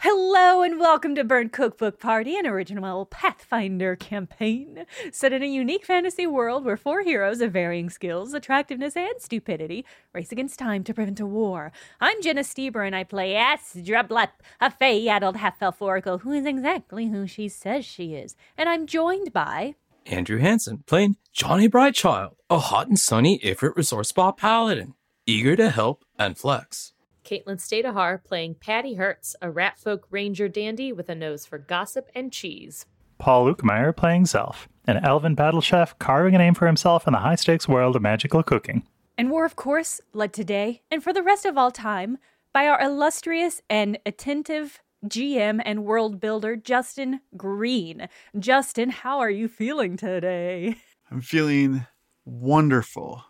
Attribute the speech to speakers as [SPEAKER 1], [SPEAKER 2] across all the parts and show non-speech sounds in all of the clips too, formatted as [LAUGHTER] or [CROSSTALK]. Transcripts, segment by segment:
[SPEAKER 1] Hello and welcome to Burnt Cookbook Party, an original Pathfinder campaign set in a unique fantasy world where four heroes of varying skills, attractiveness, and stupidity race against time to prevent a war. I'm Jenna Stieber and I play Asdrablup, a fey-addled half-elf oracle who is exactly who she says she is. And I'm joined by...
[SPEAKER 2] Andrew Hansen playing Johnny Brightchild, a hot and sunny Ifrit Resource Spa paladin, eager to help and flex.
[SPEAKER 3] Caitlin Stadahar playing Patty Hertz, a rat folk ranger dandy with a nose for gossip and cheese.
[SPEAKER 4] Paul Lukemeyer playing Zelf, an elven battle chef carving a name for himself in the high stakes world of magical cooking.
[SPEAKER 1] And we're, of course, led today and for the rest of all time by our illustrious and attentive GM and world builder, Justin Green. Justin, how are you feeling today? [LAUGHS]
[SPEAKER 5] I'm feeling
[SPEAKER 2] [LAUGHS]
[SPEAKER 5] wonderful.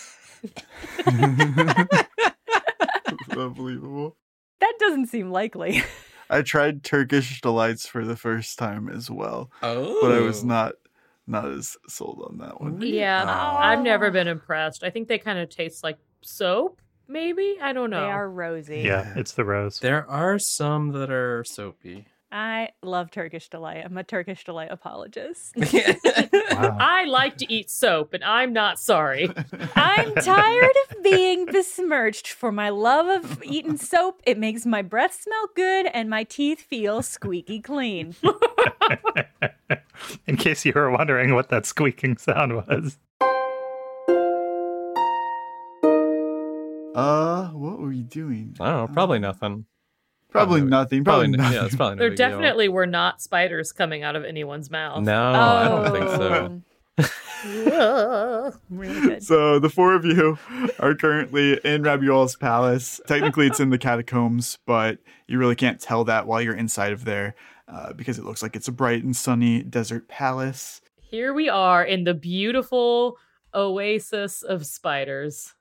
[SPEAKER 5] [LAUGHS] Unbelievable.
[SPEAKER 1] That doesn't seem likely.
[SPEAKER 5] I tried Turkish delights for the first time as well,
[SPEAKER 2] Oh.
[SPEAKER 5] but I was not not as sold on that one.
[SPEAKER 3] Yeah,
[SPEAKER 2] Oh.
[SPEAKER 3] I've never been impressed. I think they kind of taste like soap, maybe? I don't know.
[SPEAKER 1] They are rosy.
[SPEAKER 4] Yeah, it's the [LAUGHS] rose.
[SPEAKER 2] There are some that are soapy.
[SPEAKER 1] I love Turkish delight. I'm a Turkish delight
[SPEAKER 2] [LAUGHS]
[SPEAKER 1] apologist.
[SPEAKER 4] Wow.
[SPEAKER 3] I like to eat soap, and I'm not sorry.
[SPEAKER 1] I'm tired of being besmirched for my love of eating soap. It makes my breath smell good and my teeth feel squeaky
[SPEAKER 2] [LAUGHS]
[SPEAKER 1] clean.
[SPEAKER 2] Oh,
[SPEAKER 4] In case you were wondering what that squeaking sound was.
[SPEAKER 5] Uh, what were you doing? Um,
[SPEAKER 2] I don't know, probably nothing.
[SPEAKER 5] Probably nothing. Probably,
[SPEAKER 2] no-
[SPEAKER 5] nothing.
[SPEAKER 2] Yeah, it's probably no
[SPEAKER 3] there
[SPEAKER 2] big deal.
[SPEAKER 3] definitely were not spiders coming out of anyone's mouth.
[SPEAKER 2] No, I don't think so.
[SPEAKER 1] Oh. really
[SPEAKER 5] [LAUGHS]
[SPEAKER 1] good.
[SPEAKER 5] So the four of you are currently in Rabuel's palace. Technically, it's in the catacombs, but you really can't tell that while you're inside of there uh, because it looks like it's a bright and sunny desert palace.
[SPEAKER 3] [LAUGHS] Here we are in the beautiful oasis of spiders.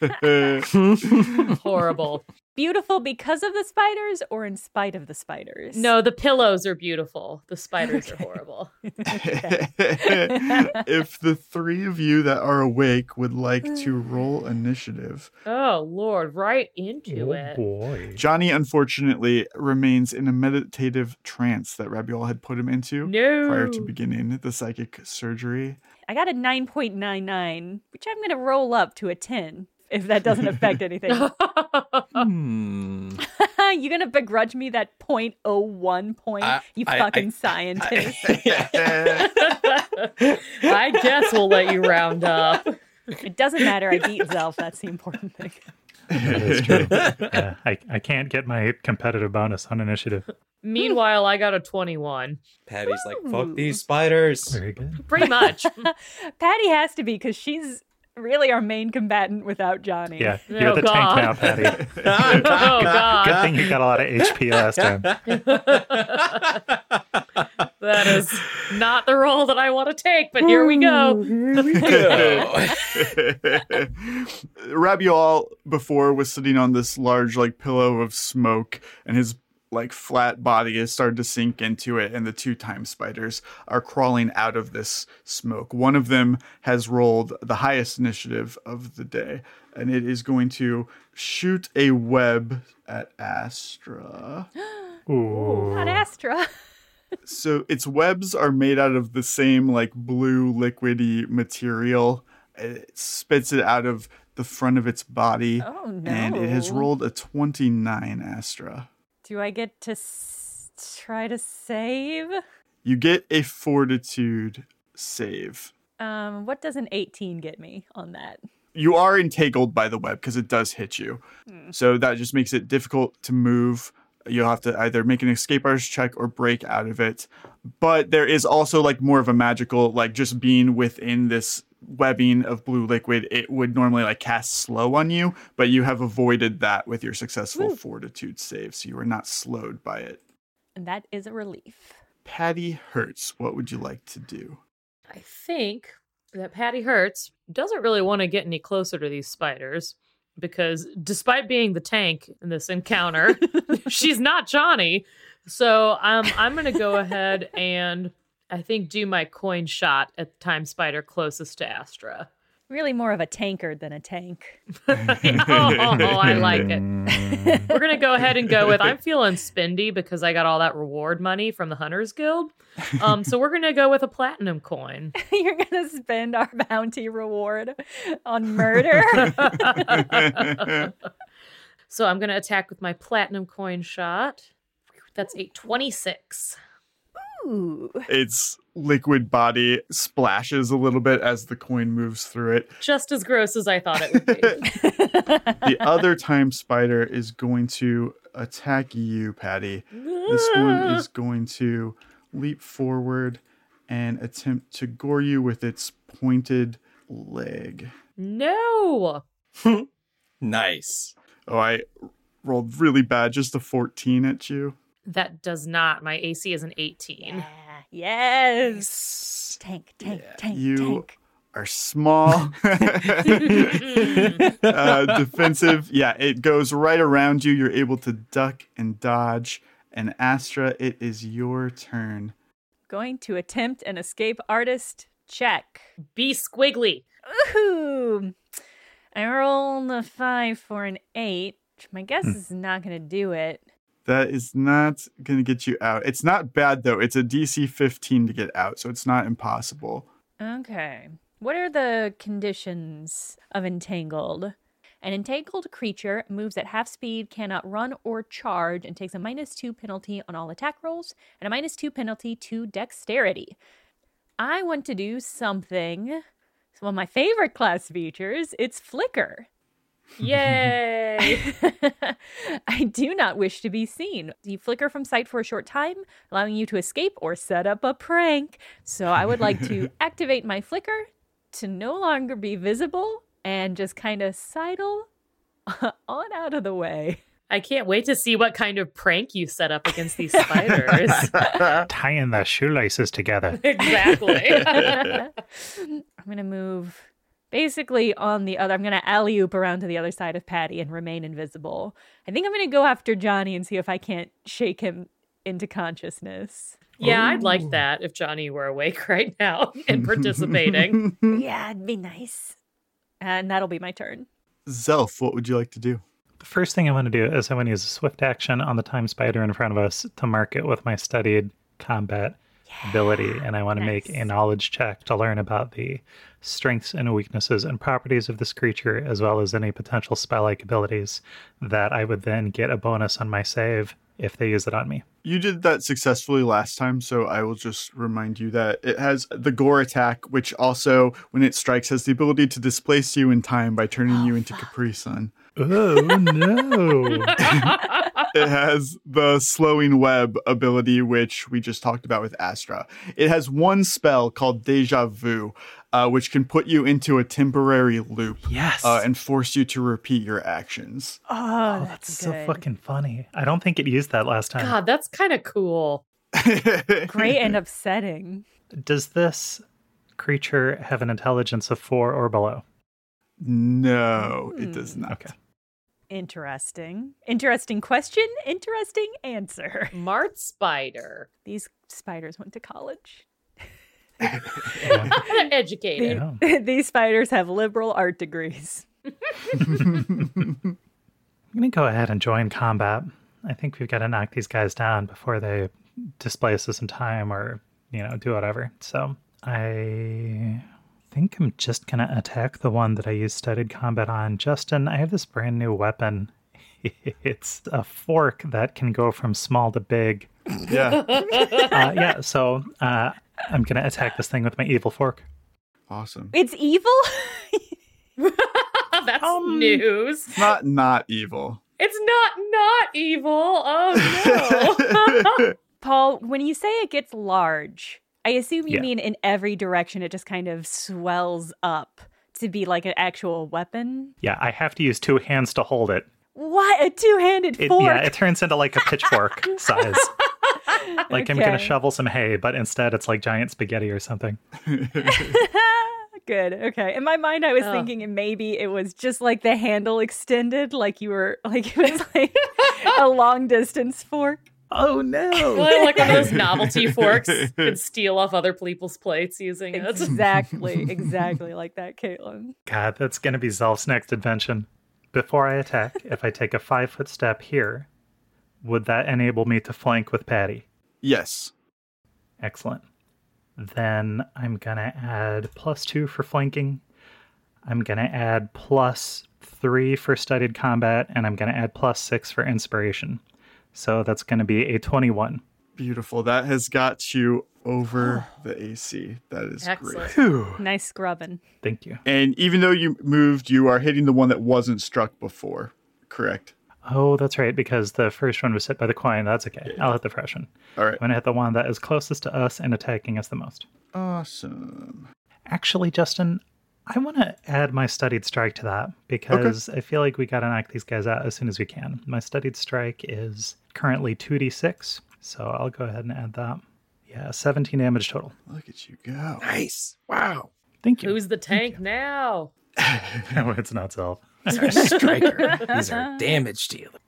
[SPEAKER 1] [LAUGHS]
[SPEAKER 3] Horrible.
[SPEAKER 1] Beautiful because of the spiders or in spite of the spiders? [LAUGHS]
[SPEAKER 3] No, the pillows are beautiful. The spiders are horrible.
[SPEAKER 5] [LAUGHS] if the three of you that are awake would like to roll initiative,
[SPEAKER 3] Oh Lord, right into
[SPEAKER 4] Oh
[SPEAKER 3] it.
[SPEAKER 4] boy.
[SPEAKER 5] Johnny unfortunately remains in a meditative trance that Rabuel had put him into
[SPEAKER 3] No.
[SPEAKER 5] prior to [LAUGHS] beginning the psychic surgery.
[SPEAKER 1] I got a 9.99, which I'm going to roll up to a 10 if that doesn't affect anything. [LAUGHS]
[SPEAKER 2] [LAUGHS] Hmm.
[SPEAKER 1] You're going to begrudge me that 0.01 point,
[SPEAKER 2] I-
[SPEAKER 1] you
[SPEAKER 2] I-
[SPEAKER 1] fucking
[SPEAKER 2] I-
[SPEAKER 1] scientist.
[SPEAKER 3] [LAUGHS] I guess we'll let you round up.
[SPEAKER 1] it doesn't matter. I beat Zelf. That's the important thing.
[SPEAKER 4] [LAUGHS] That is true. yeah, I, I can't get my competitive bonus on initiative.
[SPEAKER 3] Meanwhile, I got a 21.
[SPEAKER 2] Patty's like, fuck these spiders.
[SPEAKER 4] Very good.
[SPEAKER 3] Pretty much. [LAUGHS]
[SPEAKER 1] Patty has to be because she's really our main combatant without Johnny.
[SPEAKER 4] Yeah,
[SPEAKER 3] Oh,
[SPEAKER 4] you're the
[SPEAKER 3] God.
[SPEAKER 4] tank now,
[SPEAKER 5] [LAUGHS]
[SPEAKER 4] Patty.
[SPEAKER 3] [LAUGHS] oh God,
[SPEAKER 4] I think you got a lot of HP last
[SPEAKER 2] [LAUGHS]
[SPEAKER 4] [LAUGHS] time.
[SPEAKER 3] [LAUGHS] that is not the role that I want to take. But here we go.
[SPEAKER 5] [LAUGHS] Rabiol before was sitting on this large like pillow of smoke and his like flat body has started to sink into it and the two time spiders are crawling out of this smoke. One of them has rolled the highest initiative of the day and it is going to shoot a web at Astra.
[SPEAKER 4] Ooh.
[SPEAKER 1] Not Astra. [LAUGHS]
[SPEAKER 5] So its webs are made out of the same like blue liquidy material. It spits it out of the front of its body.
[SPEAKER 1] Oh,
[SPEAKER 5] And it has
[SPEAKER 1] no.
[SPEAKER 5] rolled a 29 Astra.
[SPEAKER 1] Do I get to s- try to save?
[SPEAKER 5] You get a fortitude save.
[SPEAKER 1] Um, what does an 18 get me on that?
[SPEAKER 5] You are entangled by the web because it does hit you. So that just makes it difficult to move. You'll have to either make an escape artist check or break out of it. But there is also like more of a magical, like just being within this webbing of blue liquid, it would normally like cast slow on you, but you have avoided that with your successful fortitude save. So you are not slowed by it.
[SPEAKER 1] And that is a relief.
[SPEAKER 5] Patty Hertz, what would you like to do?
[SPEAKER 3] I think that Patty Hertz doesn't really want to get any closer to these spiders because despite being the tank in this encounter, [LAUGHS] she's not Johnny. So um, I'm going to go ahead and I think do my coin shot at the time spider closest to Astra. [LAUGHS]
[SPEAKER 1] Really more of a tankard than a tank.
[SPEAKER 3] [LAUGHS]
[SPEAKER 1] [LAUGHS]
[SPEAKER 3] oh, I
[SPEAKER 4] [LAUGHS]
[SPEAKER 3] like it.
[SPEAKER 4] Mm.
[SPEAKER 3] We're going to go ahead and go with I'm feeling spendy because I got all that reward money from the Hunters Guild. Um, so we're going to go with a platinum coin.
[SPEAKER 1] You're going to spend our bounty reward on murder.
[SPEAKER 3] [LAUGHS] So I'm gonna attack with my platinum coin shot. That's a 26.
[SPEAKER 1] Ooh.
[SPEAKER 5] its liquid body splashes a little bit as the coin moves through it.
[SPEAKER 3] Just as gross as I thought it would be.
[SPEAKER 5] The other time spider is going to attack you, Patty. This one is going to leap forward and attempt to gore you with its pointed leg.
[SPEAKER 3] no.
[SPEAKER 2] Nice.
[SPEAKER 5] Oh, I rolled really bad, just a 14 at you.
[SPEAKER 3] That does not. My AC is an 18.
[SPEAKER 1] Yeah. Ah, Yes. Tank, tank, tank,
[SPEAKER 5] You
[SPEAKER 1] tank.
[SPEAKER 5] are small, [LAUGHS] uh, defensive. Yeah, it goes right around you. You're able to duck and dodge. And Astra, it is your turn.
[SPEAKER 1] Going to attempt an escape artist check.
[SPEAKER 3] Be squiggly.
[SPEAKER 1] Woohoo! I rolled a five for an eight, which my guess is not going to do it.
[SPEAKER 5] That is not going to get you out. It's not bad, though. It's a DC 15 to get out, so it's not impossible.
[SPEAKER 1] Okay. What are the conditions of entangled? An entangled creature moves at half speed, cannot run or charge, and takes a minus two penalty on all attack rolls and a minus two penalty to dexterity. I want to do something. It's one of my favorite class features. It's Flicker.
[SPEAKER 3] Yay.
[SPEAKER 1] [LAUGHS] I do not wish to be seen. You flicker from sight for a short time, allowing you to escape or set up a prank. So I would like to activate my flicker to no longer be visible and just kind of sidle [LAUGHS] on out of the way.
[SPEAKER 3] I can't wait to see what kind of prank you set up against these spiders.
[SPEAKER 4] Tying the shoelaces together.
[SPEAKER 1] [LAUGHS]
[SPEAKER 3] exactly.
[SPEAKER 1] I'm going to move basically on the other. I'm going to alley oop around to the other side of Patty and remain invisible. I think I'm going to go after Johnny and see if I can't shake him into consciousness.
[SPEAKER 3] yeah, I'd like that if Johnny were awake right now [LAUGHS] and participating.
[SPEAKER 1] yeah, it'd be nice. Mm-hmm. And that'll be my turn.
[SPEAKER 5] Zelf, what would you like to do?
[SPEAKER 4] The first thing I want to do is I want to use a swift action on the time spider in front of us to mark it with my studied combat ability. And I want to make a knowledge check to learn about the strengths and weaknesses and properties of this creature, as well as any potential spell like abilities that I would then get a bonus on my save if they use it on me.
[SPEAKER 5] You did that successfully last time, so I will just remind you that it has the gore attack, which also, when it strikes, has the ability to displace you in time by turning you into Capri Sun.
[SPEAKER 4] Oh,
[SPEAKER 1] [LAUGHS]
[SPEAKER 4] no.
[SPEAKER 5] it has the slowing web ability, which we just talked about with Astra. It has one spell called Deja Vu, uh, which can put you into a temporary loop
[SPEAKER 4] Yes.
[SPEAKER 5] uh, and force you to repeat your actions.
[SPEAKER 1] Oh, that's,
[SPEAKER 4] That's so
[SPEAKER 1] good.
[SPEAKER 4] fucking funny. I don't think it used that last time.
[SPEAKER 3] God, that's kind of cool.
[SPEAKER 1] great
[SPEAKER 5] [LAUGHS]
[SPEAKER 1] and upsetting.
[SPEAKER 4] Does this creature have an intelligence of four or below?
[SPEAKER 5] No, it does not.
[SPEAKER 4] Okay.
[SPEAKER 1] Interesting. Interesting question. Interesting answer. [LAUGHS]
[SPEAKER 3] Mart Spider.
[SPEAKER 1] These spiders went to college.
[SPEAKER 3] Educated.
[SPEAKER 4] Yeah.
[SPEAKER 1] [LAUGHS] These spiders have liberal art degrees.
[SPEAKER 4] I'm going to go ahead and join combat. I think we've got to knock these guys down before they displace us in time or, you know, do whatever. So I think I'm just going to attack the one that I used studied combat on. Justin, I have this brand new weapon. [LAUGHS] It's a fork that can go from small to big.
[SPEAKER 5] Yeah.
[SPEAKER 4] Uh, [LAUGHS] yeah, so uh, I'm going to attack this thing with my evil fork.
[SPEAKER 5] awesome.
[SPEAKER 1] It's evil? [LAUGHS]
[SPEAKER 3] That's
[SPEAKER 4] Um,
[SPEAKER 3] news.
[SPEAKER 5] It's not not evil.
[SPEAKER 3] It's not not evil. Oh no.
[SPEAKER 1] Paul, when you say it gets large, I assume you
[SPEAKER 4] Yeah.
[SPEAKER 1] mean in every direction it just kind of swells up to be like an actual weapon.
[SPEAKER 4] Yeah, I have to use two hands to hold it.
[SPEAKER 1] What? A two handed
[SPEAKER 4] it
[SPEAKER 1] fork.
[SPEAKER 4] yeah, it turns into like a
[SPEAKER 1] [LAUGHS]
[SPEAKER 4] pitchfork size. Like I'm going to
[SPEAKER 1] Okay.
[SPEAKER 4] shovel some hay, but instead it's like giant spaghetti or something.
[SPEAKER 1] Good. Okay. In my mind, I was
[SPEAKER 3] Oh.
[SPEAKER 1] thinking it maybe it was just like the handle extended, like you were, [LAUGHS] like it was like a long distance fork.
[SPEAKER 4] Oh [LAUGHS] no.
[SPEAKER 3] Well, like one
[SPEAKER 4] [LAUGHS]
[SPEAKER 3] of those novelty forks can steal off other people's plates using it.
[SPEAKER 1] [LAUGHS] Exactly. [LAUGHS] Exactly like that, Caitlin.
[SPEAKER 4] God, that's going to be Zelf's next invention. Before I
[SPEAKER 1] [LAUGHS]
[SPEAKER 4] attack, if I take a five foot step here, would that enable me to flank with Patty?
[SPEAKER 5] Yes.
[SPEAKER 4] Excellent. Then I'm going to add plus two for flanking. I'm going to add plus three for studied combat, and I'm going to add plus six for inspiration. So that's going to be a 21.
[SPEAKER 5] Beautiful. That has got you over the AC. That is
[SPEAKER 3] [LAUGHS] Excellent.
[SPEAKER 5] great.
[SPEAKER 1] [SIGHS] Nice scrubbing.
[SPEAKER 4] Thank you.
[SPEAKER 5] And even though you moved, you are hitting the one that wasn't struck before. Correct.
[SPEAKER 4] Oh, that's right, because the first one was hit by the coin. That's okay. I'll hit the fresh one.
[SPEAKER 5] All
[SPEAKER 4] I'm
[SPEAKER 5] right.
[SPEAKER 4] going to hit the one that is closest to us and attacking us the most.
[SPEAKER 5] Awesome.
[SPEAKER 4] Actually, Justin, I want to add my studied strike to that because I feel like we got to knock these guys out as soon as we can. My studied strike is currently 2d6, so I'll go ahead and add that. Yeah, 17 damage total.
[SPEAKER 5] Look at you go.
[SPEAKER 6] Nice. Wow.
[SPEAKER 4] Thank you.
[SPEAKER 3] Who's the tank now?
[SPEAKER 4] [LAUGHS] no, it's not self.
[SPEAKER 6] These are striker. These are damage dealer.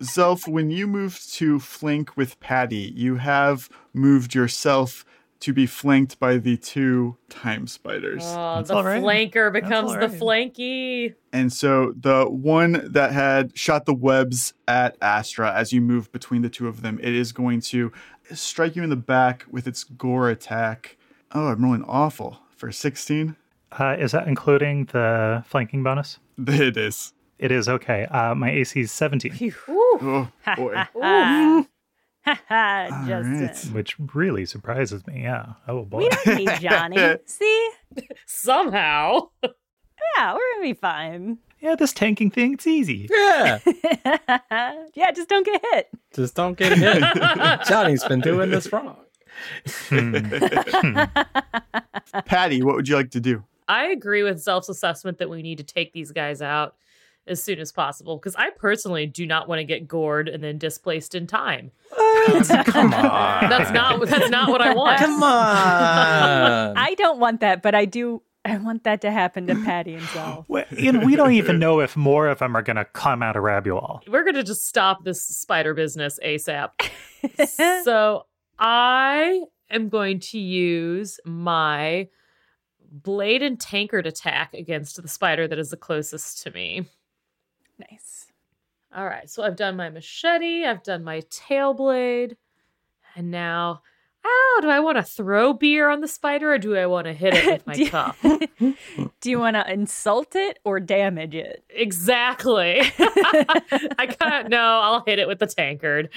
[SPEAKER 5] Zelf, when you move to flank with Patty, you have moved yourself to be flanked by the two time spiders.
[SPEAKER 3] Oh,
[SPEAKER 4] That's
[SPEAKER 3] the
[SPEAKER 4] all right.
[SPEAKER 3] flanker
[SPEAKER 4] That's
[SPEAKER 3] becomes
[SPEAKER 4] all
[SPEAKER 3] the
[SPEAKER 4] right.
[SPEAKER 3] flanky.
[SPEAKER 5] And so the one that had shot the webs at Astra as you move between the two of them, it is going to strike you in the back with its gore attack. Oh, I'm rolling awful for 16. [LAUGHS]
[SPEAKER 4] Uh, is that including the flanking bonus?
[SPEAKER 5] It is.
[SPEAKER 4] It is okay. Uh, my AC is 17,
[SPEAKER 5] Oh,
[SPEAKER 1] [LAUGHS]
[SPEAKER 5] boy.
[SPEAKER 1] Ha ha, Justin.
[SPEAKER 4] which really surprises me. Yeah. Oh, boy.
[SPEAKER 1] We don't need Johnny. See?
[SPEAKER 4] [LAUGHS]
[SPEAKER 3] Somehow. [LAUGHS]
[SPEAKER 1] Yeah, we're gonna be fine. [LAUGHS]
[SPEAKER 4] Yeah, this tanking thing, it's easy.
[SPEAKER 6] Yeah.
[SPEAKER 1] yeah, just don't get hit.
[SPEAKER 6] Just don't get hit. Johnny's been doing this wrong.
[SPEAKER 5] Patty, what would you like to do?
[SPEAKER 3] I agree with Zelf's assessment that we need to take these guys out as soon as possible because I personally do not want to get gored and then displaced in time.
[SPEAKER 6] Come on.
[SPEAKER 3] That's not that's
[SPEAKER 4] [LAUGHS]
[SPEAKER 3] not what I want.
[SPEAKER 6] Come on.
[SPEAKER 1] [LAUGHS] I don't want that, but I do. I want that to happen to Patty and
[SPEAKER 4] [LAUGHS]
[SPEAKER 1] Zal.
[SPEAKER 4] Well, and we don't even know if more of them are going to come out of Rabual.
[SPEAKER 3] We're gonna just stop this spider business ASAP.
[SPEAKER 1] [LAUGHS]
[SPEAKER 3] so I am going to use my blade and tankard attack against the spider that is the closest to me.
[SPEAKER 1] nice.
[SPEAKER 3] All right, so I've done my machete, I've done my tail blade, and now, oh, do I want to throw beer on the spider or do I want to hit it
[SPEAKER 1] [LAUGHS]
[SPEAKER 3] with
[SPEAKER 1] Do
[SPEAKER 3] my
[SPEAKER 1] you-
[SPEAKER 3] cup?
[SPEAKER 1] Do you want to insult it or damage [LAUGHS] it? [LAUGHS]
[SPEAKER 3] Exactly. [LAUGHS] I can't. No, I'll hit it with the tankard.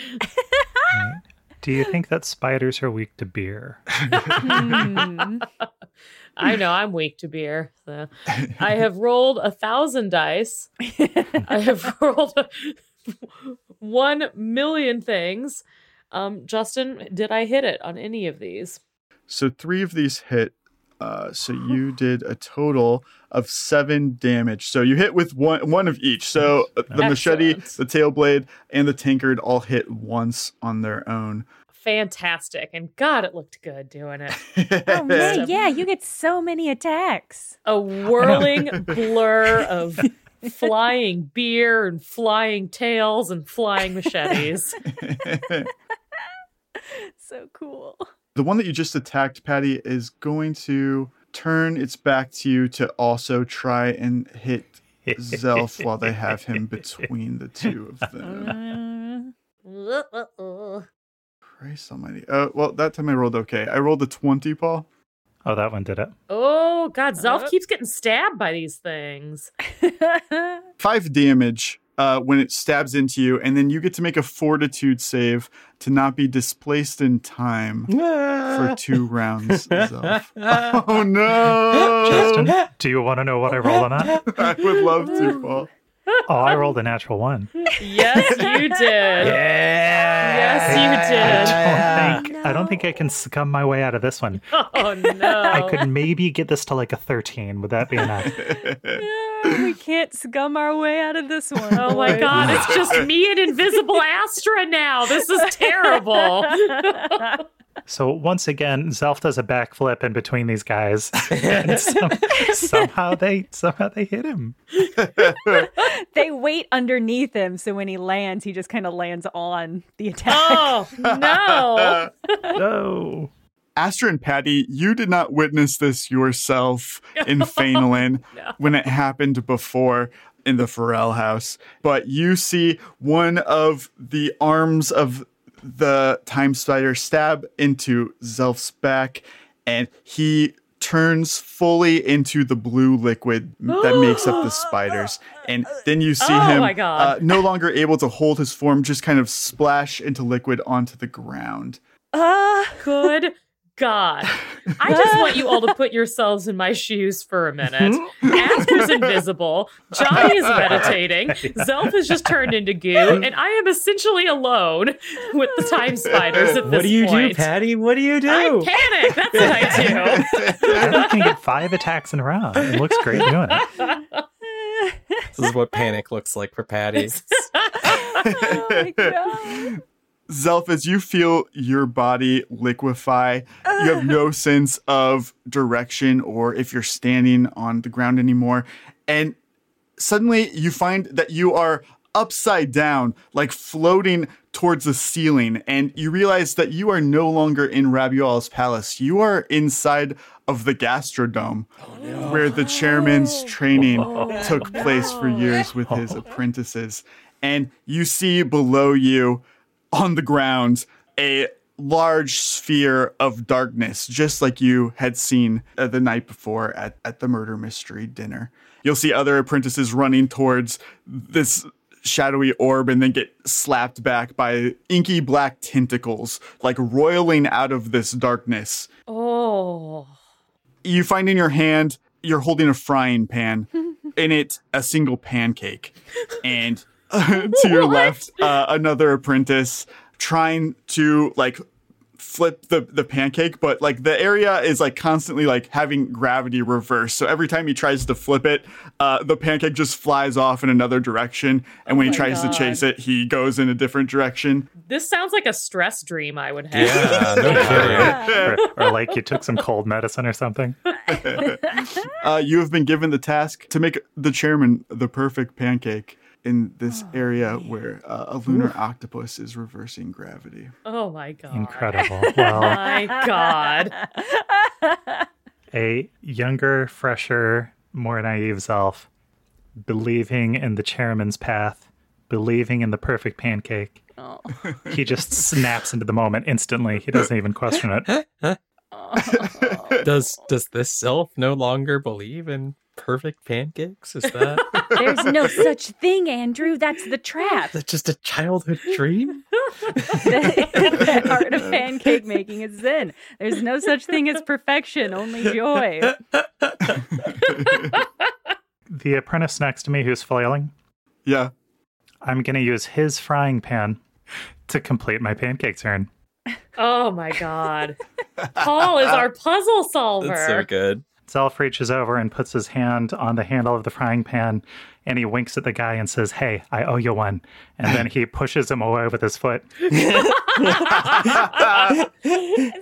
[SPEAKER 4] Do you think that spiders are weak to beer?
[SPEAKER 1] Hmm.
[SPEAKER 3] I know I'm weak to beer. So. I have rolled a thousand dice. I have rolled one million things. Um, Justin, did I hit it on any of these?
[SPEAKER 5] So three of these hit. Uh, so you did a total of seven damage. So you hit with one one of each. So uh, the machete,
[SPEAKER 3] Excellent.
[SPEAKER 5] the tail blade, and the tankard all hit once on their own. [LAUGHS]
[SPEAKER 3] Fantastic. And God, it looked good doing it.
[SPEAKER 1] [LAUGHS] oh man, yeah, you get so many attacks.
[SPEAKER 3] a whirling blur of flying beer and flying tails and flying machetes.
[SPEAKER 1] So cool.
[SPEAKER 5] The one that you just attacked, Patty, is going to turn its back to you to also try and hit Zelf while they have him between the two of them.
[SPEAKER 1] Mm.
[SPEAKER 3] Uh-uh.
[SPEAKER 5] Christ almighty. Uh, well, that time I rolled okay. I rolled a 20, Paul.
[SPEAKER 4] Oh, that one did it.
[SPEAKER 3] Oh God, Zelf keeps getting stabbed by these things.
[SPEAKER 5] Five damage uh, when it stabs into you, and then you get to make a fortitude save to not be displaced in time for two rounds. Zelf. [LAUGHS] oh no!
[SPEAKER 4] Justin, do you want to know what I rolled on that?
[SPEAKER 5] [LAUGHS] I would love to, Paul.
[SPEAKER 4] Oh, I rolled a natural one.
[SPEAKER 3] [LAUGHS] Yes, you did. Yes,
[SPEAKER 4] I don't think I don't think I can scum my way out of this one.
[SPEAKER 3] you did. Oh
[SPEAKER 4] I
[SPEAKER 3] no.
[SPEAKER 4] could maybe get this to like a thirteen. Would that be enough?
[SPEAKER 5] [LAUGHS]
[SPEAKER 1] [GASPS] we can't scum our way out of this one.
[SPEAKER 3] Oh [LAUGHS] my god, it's just me and Invisible Astra now. This is terrible.
[SPEAKER 4] So once again, Zelf does a backflip in between these guys, and some, somehow they somehow they hit him.
[SPEAKER 1] They wait underneath him, so when he lands, he just kind of lands on the attack.
[SPEAKER 3] [LAUGHS] Oh no.
[SPEAKER 4] No.
[SPEAKER 5] Astra and Patty, you did not witness this yourself
[SPEAKER 3] [LAUGHS]
[SPEAKER 5] in Fainalin when it happened before in the Pharrell house, but you see one of the arms of the time spider stab into Zelf's back, and he turns fully into the blue liquid that makes up the spiders. And then you see
[SPEAKER 3] Oh
[SPEAKER 5] him
[SPEAKER 3] my God.
[SPEAKER 5] Uh, no longer able to hold his form, just kind of splash into liquid onto the ground.
[SPEAKER 1] Ah.
[SPEAKER 3] Good God. I just want you all to put yourselves in my shoes for
[SPEAKER 6] [LAUGHS]
[SPEAKER 3] a minute. Asper's invisible. Johnny is meditating. Zelf has just turned into goo. And I am essentially alone with the time spiders at this
[SPEAKER 6] What do you do, Oh.
[SPEAKER 3] point.
[SPEAKER 6] Patty? What do you do?
[SPEAKER 3] I panic. That's what I do.
[SPEAKER 4] Zelf can get five attacks in a round. It looks great doing it.
[SPEAKER 6] This is what panic looks like for Patty.
[SPEAKER 1] [LAUGHS] Oh my god.
[SPEAKER 5] Zelf, as you feel your body liquefy, you have no sense of direction or if you're standing on the ground anymore. And suddenly you find that you are upside down, like floating towards the ceiling. And you realize that you are no longer in Rabuel's palace. You are inside of the Gastrodome, where the chairman's training took place for years with his apprentices. And you see below you on the ground a large sphere of darkness, just like you had seen uh, the night before at, at the murder mystery dinner. You'll see other apprentices running towards this shadowy orb and then get slapped back by inky black tentacles, like roiling out of this darkness
[SPEAKER 3] Oh.
[SPEAKER 5] you find in your hand you're holding a frying pan in it a single pancake and [LAUGHS] to your left uh, another apprentice trying to like flip the, the pancake but like the area is like constantly like having gravity reversed so every time he tries to flip it uh, the pancake just flies off in another direction and when he tries to chase it he goes in a different direction
[SPEAKER 3] This sounds like a stress dream I would have.
[SPEAKER 6] Yeah, no kidding.
[SPEAKER 4] Or, or like you took some cold medicine or something.
[SPEAKER 5] Uh, you have been given the task to make the chairman the perfect pancake in this area where uh, a lunar octopus is reversing gravity.
[SPEAKER 3] Oh my god.
[SPEAKER 4] Incredible. Well,
[SPEAKER 3] My god.
[SPEAKER 4] a younger, fresher, more naive self, believing in the chairman's path, believing in the perfect pancake. He just snaps into the moment instantly. He doesn't even question it.
[SPEAKER 6] Does does this self no longer believe in perfect pancakes? Is that
[SPEAKER 1] There's no such thing, Andrew. That's the [LAUGHS] trap.
[SPEAKER 6] that's just a childhood
[SPEAKER 3] [LAUGHS]
[SPEAKER 6] dream?
[SPEAKER 1] the art of pancake making is zen. There's no such thing as perfection, only joy. [LAUGHS]
[SPEAKER 4] The apprentice next to me who's flailing,
[SPEAKER 5] Yeah. [LAUGHS]
[SPEAKER 4] I'm going to use his frying pan to complete my pancake turn.
[SPEAKER 3] Oh my god. Paul is our puzzle solver.
[SPEAKER 6] That's so good.
[SPEAKER 4] Zelf reaches over and puts his hand on the handle of the frying pan and he winks at the guy and says, Hey, I owe you one. And then he pushes him away with his foot.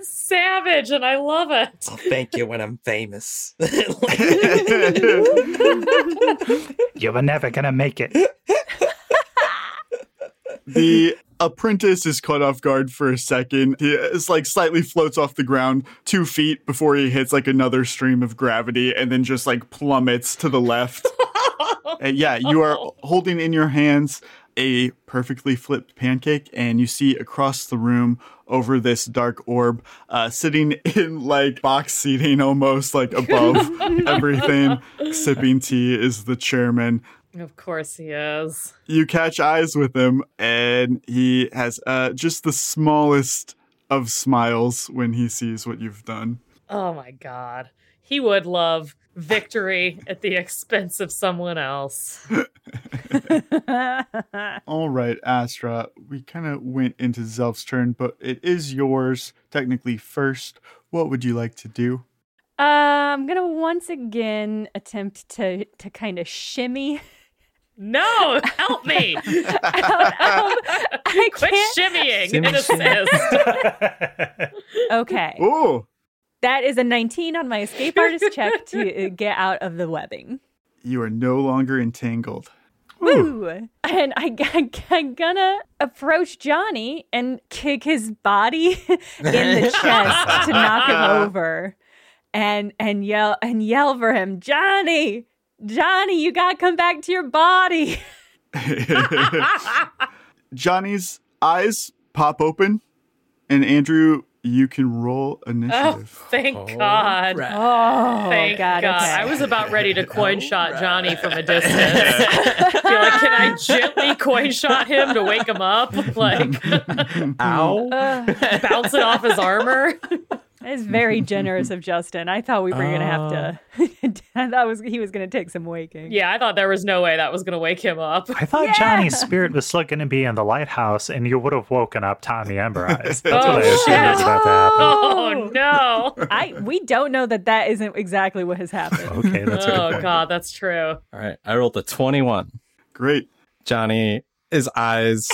[SPEAKER 3] Savage and I love it.
[SPEAKER 6] I'll thank you when I'm famous.
[SPEAKER 4] You were never going to make it.
[SPEAKER 5] The apprentice is caught off guard for a second. He is like slightly floats off the ground two feet before he hits like another stream of gravity and then just like plummets to the left. and yeah, you are holding in your hands a perfectly flipped pancake, and you see across the room over this dark orb, uh, sitting in like box seating almost like above everything, sipping tea is the chairman.
[SPEAKER 3] Of course he is.
[SPEAKER 5] You catch eyes with him, and he has uh, just the smallest of smiles when he sees what you've done.
[SPEAKER 3] Oh my god. He would love victory at the expense of someone else.
[SPEAKER 5] All right, Astra, we kind of went into Zelf's turn, but it is yours technically first. What would you like to do?
[SPEAKER 1] Uh, I'm gonna once again attempt to to kind of shimmy
[SPEAKER 3] No,
[SPEAKER 6] [LAUGHS]
[SPEAKER 3] help me.
[SPEAKER 1] out of. I
[SPEAKER 3] Quit
[SPEAKER 1] can't.
[SPEAKER 3] shimmying
[SPEAKER 6] Shimmy,
[SPEAKER 3] Oh, and
[SPEAKER 6] shimmy.
[SPEAKER 3] [LAUGHS] assist.
[SPEAKER 1] Okay,
[SPEAKER 5] Oh,
[SPEAKER 1] that is a 19 on my escape artist check to uh, get out of the webbing.
[SPEAKER 5] you are no longer entangled.
[SPEAKER 1] Woo! And I, I, I'm gonna approach Johnny and kick his body in the chest to knock him over, and and yell and yell for him, Johnny, Johnny, you gotta come back to your body.
[SPEAKER 5] Johnny's eyes pop open, and Andrew, you can roll
[SPEAKER 3] Oh,
[SPEAKER 5] initiative.
[SPEAKER 3] thank God.
[SPEAKER 1] Oh
[SPEAKER 3] Thank God.
[SPEAKER 1] God! okay.
[SPEAKER 3] I was about ready
[SPEAKER 2] [LAUGHS]
[SPEAKER 3] to coin shot Johnny from a distance. [LAUGHS] Be like, can
[SPEAKER 1] [LAUGHS]
[SPEAKER 3] I gently coin shot him to wake him up? [LAUGHS]
[SPEAKER 2] [LAUGHS]
[SPEAKER 3] Like,
[SPEAKER 6] Ow.
[SPEAKER 3] bounce it off his armor? [LAUGHS]
[SPEAKER 1] That's very generous of Justin. I thought we were gonna have
[SPEAKER 3] [LAUGHS]
[SPEAKER 1] to. [LAUGHS] I thought was he was gonna take some waking.
[SPEAKER 3] Yeah, I thought there was no way that was going to wake him up. [LAUGHS]
[SPEAKER 4] I thought Johnny's spirit was still going to be in the lighthouse, and you would have woken up Tommy Ember
[SPEAKER 3] [LAUGHS]
[SPEAKER 4] Eyes. That's
[SPEAKER 3] Oh,
[SPEAKER 4] what I assumed was about to happen.
[SPEAKER 3] Oh,
[SPEAKER 2] [LAUGHS]
[SPEAKER 3] no.
[SPEAKER 1] I we don't know that that isn't exactly what has happened.
[SPEAKER 4] Okay, that's a good.
[SPEAKER 3] Oh, God, that's true.
[SPEAKER 2] [LAUGHS] All right, I rolled a 21.
[SPEAKER 5] Great.
[SPEAKER 2] Johnny, his eyes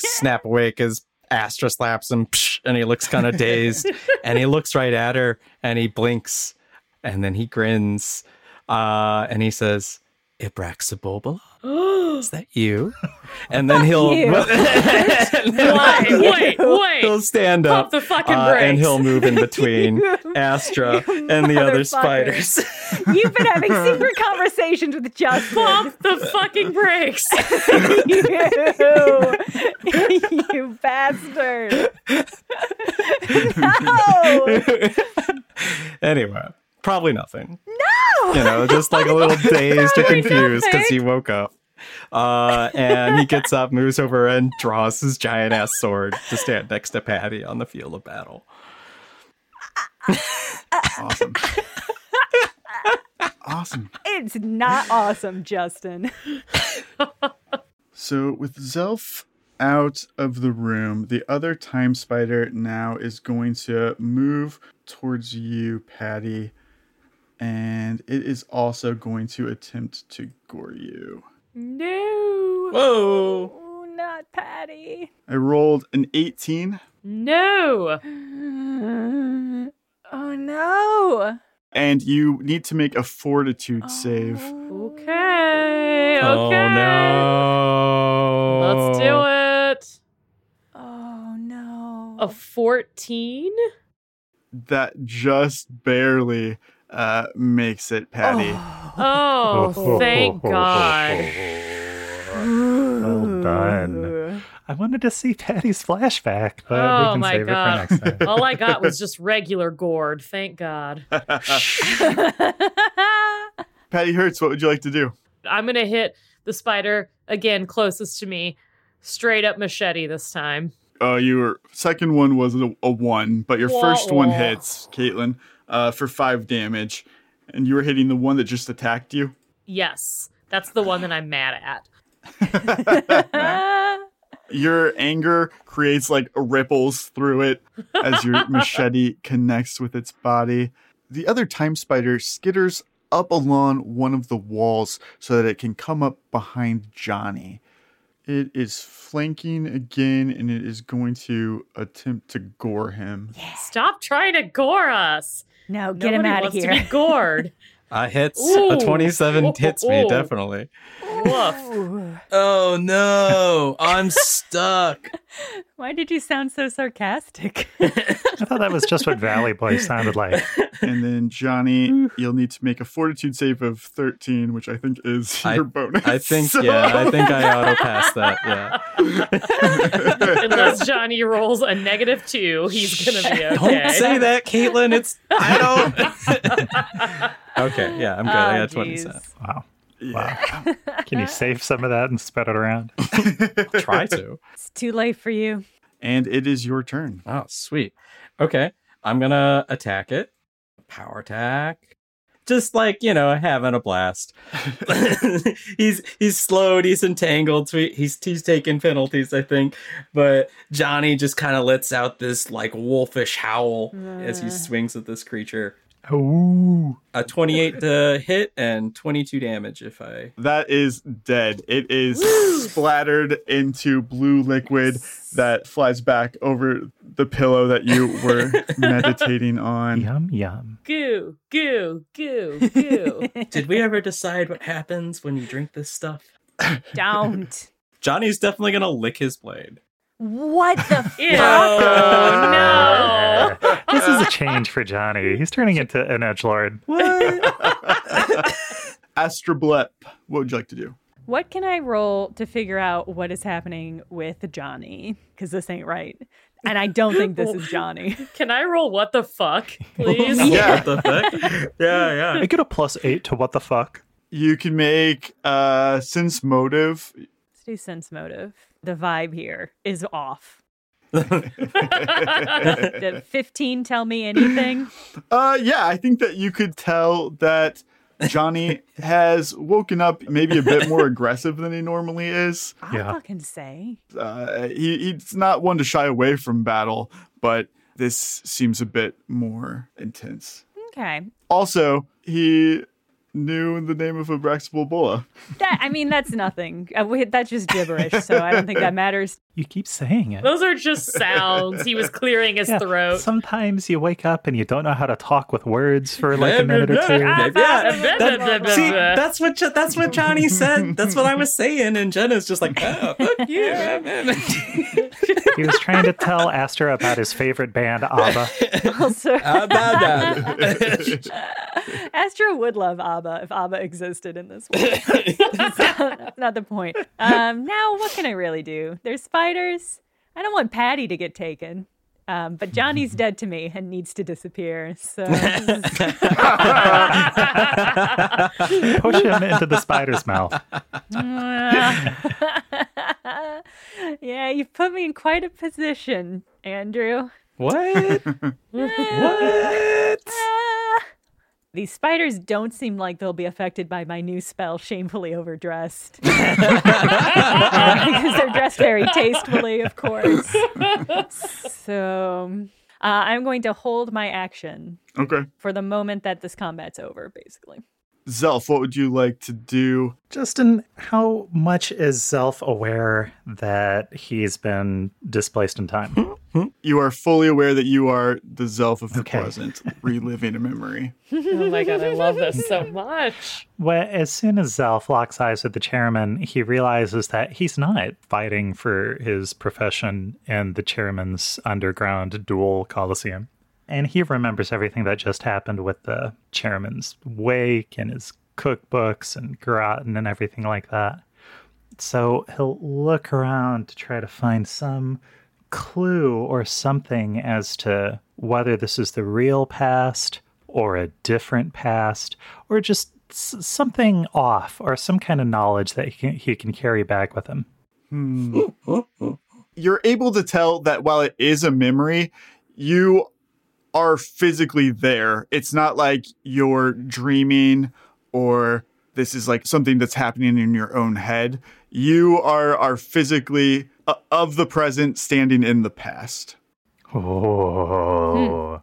[SPEAKER 3] [LAUGHS]
[SPEAKER 2] snap awake as Astra slaps him, psh, and he looks kind
[SPEAKER 3] [LAUGHS]
[SPEAKER 2] of dazed. and he looks right at her, and he blinks, and then he grins, uh, and he says, "Ibraxibobola,
[SPEAKER 3] [GASPS]
[SPEAKER 2] is that you?" And then he'll
[SPEAKER 1] you.
[SPEAKER 2] [LAUGHS] and then
[SPEAKER 3] Why? Wait,
[SPEAKER 2] [LAUGHS] he'll
[SPEAKER 3] wait.
[SPEAKER 2] stand
[SPEAKER 3] Pump
[SPEAKER 2] up
[SPEAKER 3] the fucking
[SPEAKER 2] uh, and
[SPEAKER 3] brakes.
[SPEAKER 2] he'll move
[SPEAKER 3] [LAUGHS]
[SPEAKER 2] in between Astra and the other
[SPEAKER 1] motherfucker.
[SPEAKER 2] spiders. [LAUGHS]
[SPEAKER 1] You've been having secret conversations with Justin. [LAUGHS]
[SPEAKER 3] Pump the fucking brakes.
[SPEAKER 1] you, [LAUGHS] you
[SPEAKER 4] [LAUGHS]
[SPEAKER 1] bastard. no.
[SPEAKER 2] anyway, probably nothing. No, you know, just like a little dazed or confused because he woke up. Uh, and he gets up, moves over, and draws his giant ass sword to stand next to Patty on the field of battle.
[SPEAKER 5] Awesome. awesome.
[SPEAKER 1] It's not awesome, Justin.
[SPEAKER 5] So with Zelf out of the room, the other time spider now is going to move towards you, Patty, and it is also going to attempt to gore you.
[SPEAKER 3] No.
[SPEAKER 6] Whoa.
[SPEAKER 1] Ooh, not Patty.
[SPEAKER 5] I rolled an 18
[SPEAKER 3] No.
[SPEAKER 1] Mm. Oh no.
[SPEAKER 5] and you need to make a fortitude save.
[SPEAKER 1] Oh,
[SPEAKER 3] Okay. Okay.
[SPEAKER 2] Oh no!
[SPEAKER 3] Let's do it.
[SPEAKER 1] Oh no.
[SPEAKER 3] A 14?
[SPEAKER 5] That just barely uh, makes it, Patty.
[SPEAKER 4] [LAUGHS]
[SPEAKER 3] Oh, thank God.
[SPEAKER 4] Well done. I wanted to see Patty's flashback, but
[SPEAKER 3] Oh,
[SPEAKER 4] we can
[SPEAKER 3] my
[SPEAKER 4] save it
[SPEAKER 3] God.
[SPEAKER 4] for next time.
[SPEAKER 3] All I
[SPEAKER 4] [LAUGHS]
[SPEAKER 3] got was just regular gourd. Thank God.
[SPEAKER 5] Patty Hertz, what would you like to do?
[SPEAKER 3] I'm going to hit the spider again, closest to me. Straight up machete this time.
[SPEAKER 5] Uh, your second one was a, a one, but your
[SPEAKER 3] Wah,
[SPEAKER 5] first one
[SPEAKER 3] wah.
[SPEAKER 5] hits, Caitlin, uh, for five damage. And you were hitting the one that just attacked you.
[SPEAKER 3] Yes. That's the one that I'm mad at.
[SPEAKER 5] Your anger creates like ripples through it as your machete connects with its body. The other time spider skitters up along one of the walls so that it can come up behind Johnny. It is flanking again and it is going to attempt to gore him.
[SPEAKER 3] Stop trying to gore us.
[SPEAKER 1] no, get him
[SPEAKER 3] Nobody
[SPEAKER 1] out of [LAUGHS]
[SPEAKER 3] wants
[SPEAKER 1] here.
[SPEAKER 3] to be gored.
[SPEAKER 2] I Uh, hits
[SPEAKER 3] Ooh.
[SPEAKER 2] a twenty-seven
[SPEAKER 3] Ooh,
[SPEAKER 2] hits
[SPEAKER 3] ooh,
[SPEAKER 2] me
[SPEAKER 3] ooh.
[SPEAKER 2] definitely.
[SPEAKER 3] Woof.
[SPEAKER 6] Oh no, I'm stuck.
[SPEAKER 1] Why did you sound so sarcastic?
[SPEAKER 4] I thought that was just what Valley Boy sounded
[SPEAKER 3] [LAUGHS]
[SPEAKER 4] like.
[SPEAKER 5] And then Johnny, you'll need to make a fortitude save of 13, which I think is
[SPEAKER 2] I-
[SPEAKER 5] your bonus.
[SPEAKER 2] [LAUGHS]
[SPEAKER 5] [LAUGHS]
[SPEAKER 2] I think
[SPEAKER 5] So-
[SPEAKER 2] yeah, I think I auto passed that. Yeah.
[SPEAKER 3] Unless Johnny rolls a negative two, he's gonna be okay.
[SPEAKER 2] Don't say that, Caitlin. It's I don't.
[SPEAKER 6] [LAUGHS]
[SPEAKER 2] [LAUGHS] okay, yeah, I'm good. I
[SPEAKER 1] Ah,
[SPEAKER 2] got 27.
[SPEAKER 1] jeez.
[SPEAKER 4] Wow.
[SPEAKER 5] Yeah.
[SPEAKER 4] Can you save some of that and spread it around?
[SPEAKER 2] Try to.
[SPEAKER 1] [LAUGHS] It's too late for you.
[SPEAKER 5] And it is your turn.
[SPEAKER 2] Oh, sweet. Okay, I'm gonna attack it. Power attack. Just like you know, having a blast. [LAUGHS] he's he's slowed. He's entangled. so he- He's he's taking penalties, I think. But Johnny just kind of lets out this like wolfish howl as he swings at this creature.
[SPEAKER 4] Ooh.
[SPEAKER 2] A 28 to hit and 22 damage if I
[SPEAKER 5] That is dead. It is splattered into blue liquid that flies back over the pillow that you
[SPEAKER 2] [LAUGHS]
[SPEAKER 5] were meditating on.
[SPEAKER 4] Yum, yum.
[SPEAKER 3] Goo, goo, goo,
[SPEAKER 1] [LAUGHS]
[SPEAKER 3] goo.
[SPEAKER 6] Did we ever decide what happens when you drink this stuff?
[SPEAKER 1] Don't.
[SPEAKER 2] Johnny's definitely gonna lick his blade.
[SPEAKER 1] What the [LAUGHS]
[SPEAKER 3] Ew,
[SPEAKER 4] [LAUGHS]
[SPEAKER 1] fuck?
[SPEAKER 3] no.
[SPEAKER 4] This is a change for Johnny. He's turning into an edge lord.
[SPEAKER 5] Astroblep, what would you like to do?
[SPEAKER 1] What can I roll to figure out what is happening with Johnny? Because this ain't right. And I don't think this [LAUGHS] is Johnny.
[SPEAKER 3] Can I roll what the fuck, please?
[SPEAKER 5] Yeah.
[SPEAKER 2] What the heck?
[SPEAKER 6] [LAUGHS]
[SPEAKER 2] yeah, [LAUGHS] yeah.
[SPEAKER 4] I get a plus eight to what the fuck?
[SPEAKER 5] You can make uh sense motive. [LAUGHS]
[SPEAKER 1] Let's do sense motive. The vibe here is
[SPEAKER 4] [LAUGHS]
[SPEAKER 1] off. Did 15 tell me anything?
[SPEAKER 5] Uh yeah, I think that you could tell that Johnny has woken up maybe a bit more aggressive than he normally is.
[SPEAKER 1] I'll
[SPEAKER 4] Yeah.
[SPEAKER 1] fucking say.
[SPEAKER 5] Uh, he, he's not one to shy away from battle, but this seems a bit more intense.
[SPEAKER 1] Okay.
[SPEAKER 5] Also, he knew the name of Abraxable Bulla.
[SPEAKER 1] That, I mean, that's nothing. Uh, we- That's just gibberish. So I don't think that matters. [LAUGHS]
[SPEAKER 4] You keep saying it.
[SPEAKER 3] Those are just sounds. He was clearing his
[SPEAKER 4] Yeah,
[SPEAKER 3] throat. [LAUGHS]
[SPEAKER 4] Sometimes you wake up and you don't know how to talk with words for like a minute or
[SPEAKER 6] [LAUGHS]
[SPEAKER 4] two.
[SPEAKER 2] Yeah,
[SPEAKER 3] That-
[SPEAKER 2] See, that's what Jo- that's what Johnny said. That's what I was saying, and Jenna's just like, oh, fuck you. man."
[SPEAKER 4] He was trying to tell Astor about his favorite band, ABBA.
[SPEAKER 1] Also,
[SPEAKER 2] How about [LAUGHS] that?
[SPEAKER 1] Astro would love ABBA if ABBA existed in this world. [LAUGHS] That's not, not the point. Um, now, what can I really do? There's spiders. I don't want Patty to get taken. Um, but Johnny's dead to me and needs to disappear. So this is-
[SPEAKER 4] Push him into the spider's mouth.
[SPEAKER 1] [LAUGHS] yeah, you've put me in quite a position, Andrew.
[SPEAKER 2] What? what?
[SPEAKER 1] Ah. [LAUGHS] These spiders don't seem like they'll be affected by my new spell, Shamefully Overdressed. [LAUGHS] because they're dressed very tastefully, of course. So uh, I'm going to hold my action
[SPEAKER 5] Okay.
[SPEAKER 1] for the moment that this combat's over, basically.
[SPEAKER 5] Zelf, what would you like to do?
[SPEAKER 4] Justin, how much is Self aware that he's been displaced in time?
[SPEAKER 5] You are fully aware that you are the Zelf of the
[SPEAKER 4] Okay.
[SPEAKER 5] present, reliving a memory.
[SPEAKER 3] oh my god, I love this so much.
[SPEAKER 4] well, as soon as Zelf locks eyes with the chairman, he realizes that he's not fighting for his profession in the chairman's underground dual coliseum. And he remembers everything that just happened with the chairman's wake and his cookbooks and gratin and everything like that. So he'll look around to try to find some clue or something as to whether this is the real past or a different past or just s- something off or some kind of knowledge that he can, he can carry back with him.
[SPEAKER 5] You're able to tell that while it is a memory, you are physically there. It's not like you're dreaming or this is like something that's happening in your own head. You are are physically uh, of the present standing in the past.
[SPEAKER 4] Oh.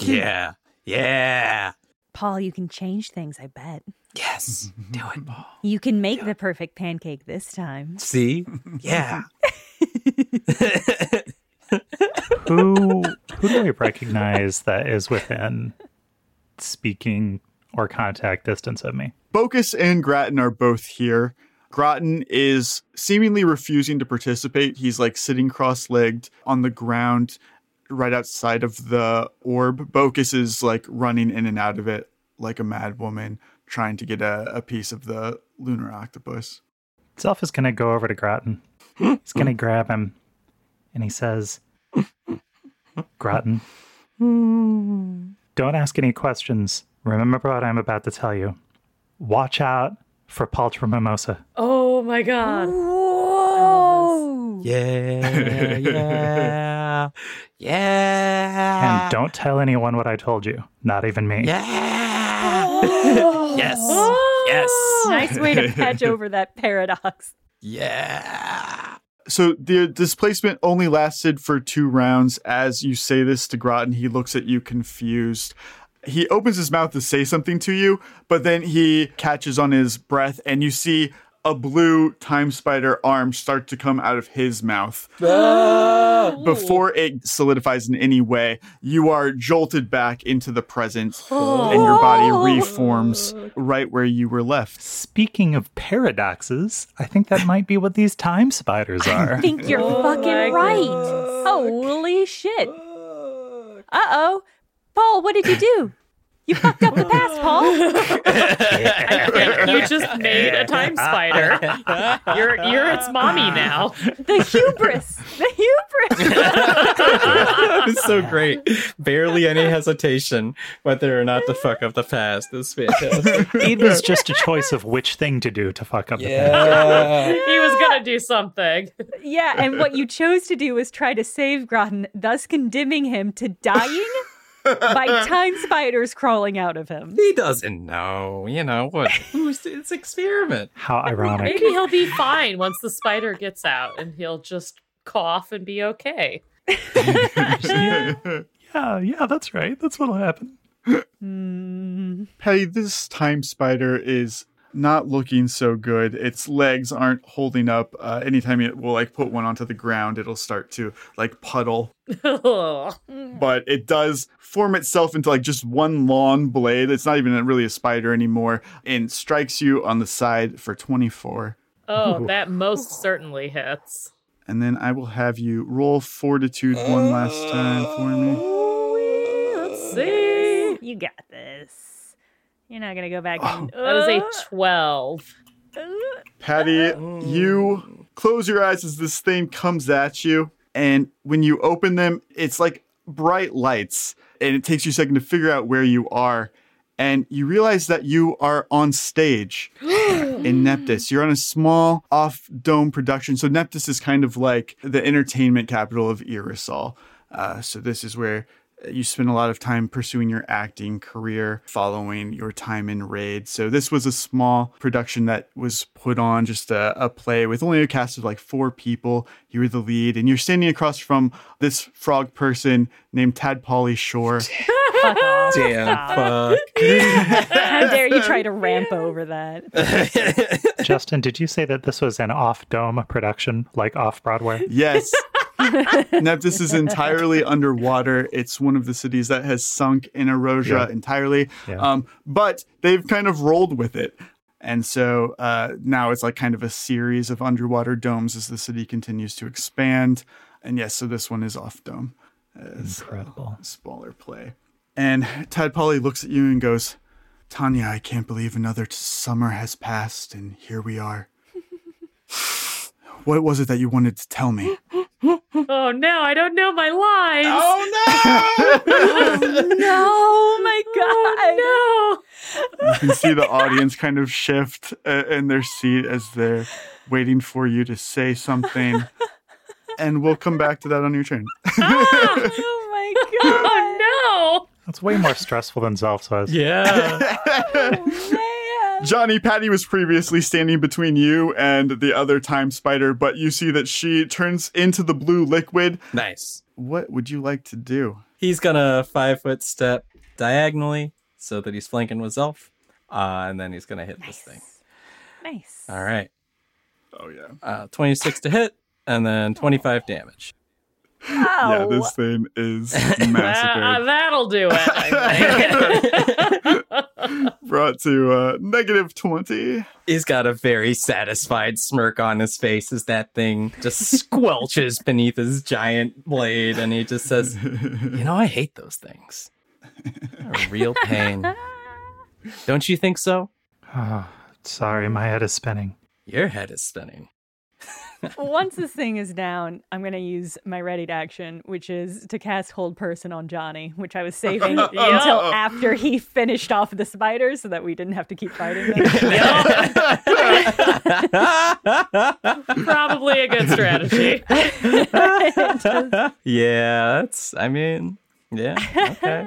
[SPEAKER 2] Yeah, yeah.
[SPEAKER 1] Paul, you can change things, I bet.
[SPEAKER 2] Yes, do it, Paul.
[SPEAKER 1] You can make the perfect pancake this time.
[SPEAKER 2] See? Yeah.
[SPEAKER 4] who who do we recognize that is within speaking or contact distance of me?
[SPEAKER 5] Bocus and Grattan are both here. Groton is seemingly refusing to participate. He's like sitting cross legged on the ground right outside of the orb. Bocus is like running in and out of it like a mad woman trying to get a, a piece of the lunar octopus.
[SPEAKER 4] Zelf is going to go over to Groton. He's
[SPEAKER 1] [LAUGHS]
[SPEAKER 4] going to grab him. And he says, Groton, don't ask any questions. Remember what I'm about to tell you. Watch out for Paltra Mimosa.
[SPEAKER 3] Oh my god.
[SPEAKER 1] Whoa!
[SPEAKER 2] Yeah, yeah, yeah,
[SPEAKER 1] Ah.
[SPEAKER 4] And don't tell anyone what I told you, not even me.
[SPEAKER 2] yeah. Yes, yes,
[SPEAKER 1] Nice way
[SPEAKER 3] [LAUGHS]
[SPEAKER 1] to patch over that paradox.
[SPEAKER 2] yeah.
[SPEAKER 5] So the displacement only lasted for two rounds. As you say this to Groton, he looks at you confused. He opens his mouth to say something to you, but then he catches on his breath, and you see a blue time spider arm start to come out of his mouth. Before it solidifies in any way, you are jolted back into the present, and your body reforms right where you were left.
[SPEAKER 4] Speaking of paradoxes, I think that might be what these time spiders are.
[SPEAKER 1] [LAUGHS] I think you're
[SPEAKER 3] Oh
[SPEAKER 1] fucking right. Holy shit. Uh oh. Paul, what did you do? You fucked up the past, Paul.
[SPEAKER 3] I think you just made a time spider. You're you're its mommy now.
[SPEAKER 1] The hubris. The hubris.
[SPEAKER 3] [LAUGHS]
[SPEAKER 2] it's so great. Barely any hesitation whether or not to fuck up the past. It's fantastic.
[SPEAKER 4] it was just a choice of which thing to do to fuck up the past.
[SPEAKER 2] [LAUGHS] Yeah.
[SPEAKER 3] He was gonna do something.
[SPEAKER 1] yeah, and what you chose to do was try to save Groton, thus condemning him to dying
[SPEAKER 3] [LAUGHS]
[SPEAKER 1] by time spiders crawling out of him.
[SPEAKER 2] He doesn't know, you know [LAUGHS] what? Who's it's experiment?
[SPEAKER 4] How ironic.
[SPEAKER 3] Maybe he'll be fine once the spider gets out and he'll just cough and be okay. [LAUGHS]
[SPEAKER 4] Yeah, yeah, that's right. That's what'll happen.
[SPEAKER 5] Hey, this time spider is not looking so good. Its legs aren't holding up. Uh, anytime it will like put one onto the ground, it'll start to like puddle.
[SPEAKER 3] Ugh.
[SPEAKER 5] But it does form itself into like just one long blade. It's not even really a spider anymore, and strikes you on the side for twenty-four.
[SPEAKER 3] Oh, that most certainly hits.
[SPEAKER 5] And then I will have you roll fortitude one last time for me.
[SPEAKER 3] Let's see.
[SPEAKER 1] You got this. You're not gonna go back and "Uh,
[SPEAKER 3] That is a 12.
[SPEAKER 5] Patty, you close your eyes as this thing comes at you, and when you open them, it's like bright lights, and it takes you a second to figure out where you are. And you realize that you are on stage in Neptis. You're on a small off dome production. So, Neptis is kind of like the entertainment capital of Irisol. Uh, so, this is where you spend a lot of time pursuing your acting career following your time in raid so this was a small production that was put on just a, a play with only a cast of like four people you were the lead and you're standing across from this frog person named tadpolly shore
[SPEAKER 2] [LAUGHS] Damn
[SPEAKER 1] How dare you try to ramp over that?
[SPEAKER 2] fuck.
[SPEAKER 4] Justin, did you say that this was an off dome production, like off Broadway?
[SPEAKER 5] yes Neptis is entirely underwater. It's one of the cities that has sunk in Erosia entirely. Um, but they've kind of rolled with it. And so uh, now it's like kind of a series of underwater domes as the city continues to expand. And yes, so this one is off dome,
[SPEAKER 4] Incredible.
[SPEAKER 5] smaller play. And Tad Polly looks at you and goes, Tanya, I can't believe another t- summer has passed and here we are. what was it that you wanted to tell me? [LAUGHS]
[SPEAKER 3] Oh no, I don't know my lines. Oh,
[SPEAKER 1] Oh my god.
[SPEAKER 5] You can see the audience kind of shift uh, in their seat as they're waiting for you to say something. and we'll come back to that on your turn. [LAUGHS]
[SPEAKER 1] [LAUGHS] Oh my god.
[SPEAKER 3] no.
[SPEAKER 4] That's way more stressful than Zelf's was.
[SPEAKER 6] Yeah.
[SPEAKER 5] Johnny, Patty was previously standing between you and the other time spider, but you see that she turns into the blue liquid.
[SPEAKER 2] [LAUGHS] nice.
[SPEAKER 5] What would you like to do?
[SPEAKER 2] He's gonna five foot step diagonally so that he's flanking with Zelf. Uh, and then he's gonna hit this thing.
[SPEAKER 1] Nice.
[SPEAKER 6] Uh,
[SPEAKER 2] All right.
[SPEAKER 5] Oh, yeah.
[SPEAKER 2] Uh, 26 to hit and then 25 damage.
[SPEAKER 5] Yeah,
[SPEAKER 1] Oh.
[SPEAKER 5] this thing is
[SPEAKER 3] Uh,
[SPEAKER 5] massacred.
[SPEAKER 3] that'll do it. I think.
[SPEAKER 5] Brought to uh, negative [LAUGHS] 20.
[SPEAKER 2] He's got a very satisfied smirk on his face as that thing [LAUGHS] just squelches beneath his giant blade. And he just says, You know, I hate those things. They're a real [LAUGHS] pain. Don't you think so?
[SPEAKER 4] Oh, sorry, my head is spinning.
[SPEAKER 2] Your head is spinning.
[SPEAKER 1] Once this thing is down, I'm going to use my ready to action, which is to cast Hold Person on Johnny, which I was saving until after he finished off the spiders so that we didn't have to keep fighting them.
[SPEAKER 3] Probably a good strategy.
[SPEAKER 2] yeah, that's. I mean, yeah.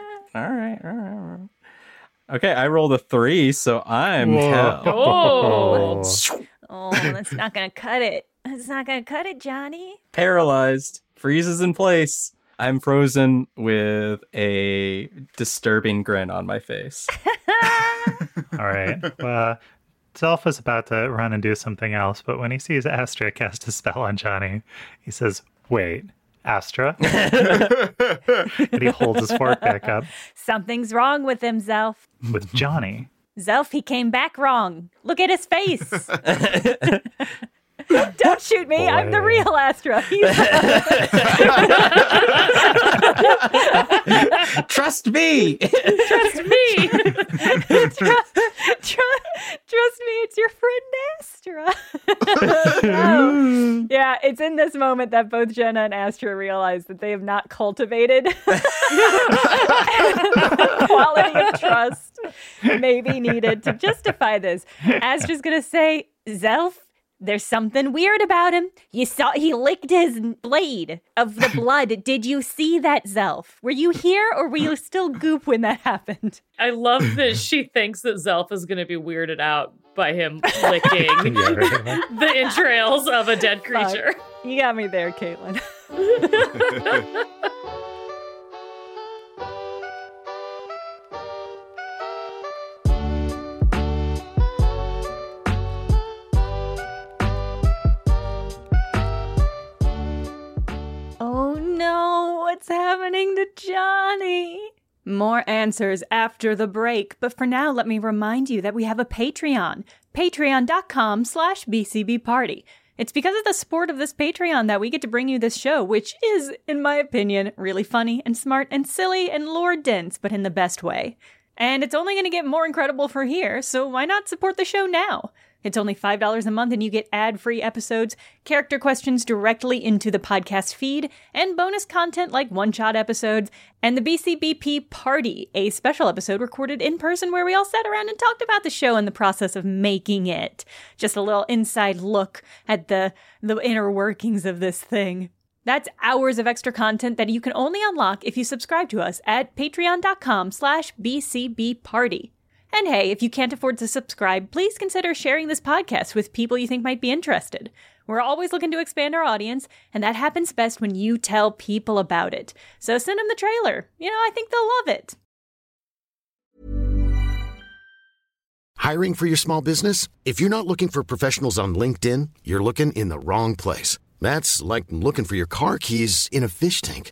[SPEAKER 2] [LAUGHS] Okay. all right. All right. All right. Okay, I rolled a three, so I'm hell.
[SPEAKER 3] Oh,
[SPEAKER 1] oh, that's not going to cut it. That's not going to cut it, Johnny.
[SPEAKER 2] paralyzed, freezes in place. I'm frozen with a disturbing grin on my face.
[SPEAKER 4] All right. Well, Zelf is about to run and do something else, but when he sees Astra cast a spell on Johnny, he says, Wait, Astra? and he holds his fork back up
[SPEAKER 1] Something's wrong with him, Zelf.
[SPEAKER 4] with Johnny.
[SPEAKER 1] Zelf, he came back wrong. Look at his face. [LAUGHS] Don't shoot me. I'm the
[SPEAKER 4] Boy.
[SPEAKER 1] real Astra. He's-
[SPEAKER 2] [LAUGHS]
[SPEAKER 1] uh,
[SPEAKER 2] Trust me.
[SPEAKER 3] trust me.
[SPEAKER 1] trust, trust, trust me, it's your friend Astra. [LAUGHS] No. Yeah, it's in this moment that both Jenna and Astra realize that they have not cultivated [LAUGHS] the quality of trust maybe needed to justify this. Astra's gonna say, Zelf. There's something weird about him. You saw he licked his blade of the blood. Did you see that, Zelf? Were you here or were you still goop when that happened?
[SPEAKER 3] I love that she thinks that Zelf is going to be weirded out by him licking
[SPEAKER 4] Yeah, right.
[SPEAKER 3] the entrails of a dead creature.
[SPEAKER 1] You got me there, Caitlin. oh no, what's happening to Johnny? More answers after the break, but for now, let me remind you that we have a Patreon, patreon.com slash bcbparty. It's because of the support of this Patreon that we get to bring you this show, which is, in my opinion, really funny and smart and silly and lore dense, but in the best way. And it's only going to get more incredible for here, so why not support the show now? It's only $5 a month, and you get ad free episodes, character questions directly into the podcast feed, and bonus content like one shot episodes and the BCBP Party, a special episode recorded in person where we all sat around and talked about the show and the process of making it. Just a little inside look at the, the inner workings of this thing. That's hours of extra content that you can only unlock if you subscribe to us at patreon.com slash bcbparty. And hey, if you can't afford to subscribe, please consider sharing this podcast with people you think might be interested. We're always looking to expand our audience, and that happens best when you tell people about it. So send them the trailer. You know, I think they'll love it.
[SPEAKER 7] Hiring for your small business? If you're not looking for professionals on LinkedIn, you're looking in the wrong place. That's like looking for your car keys in a fish tank.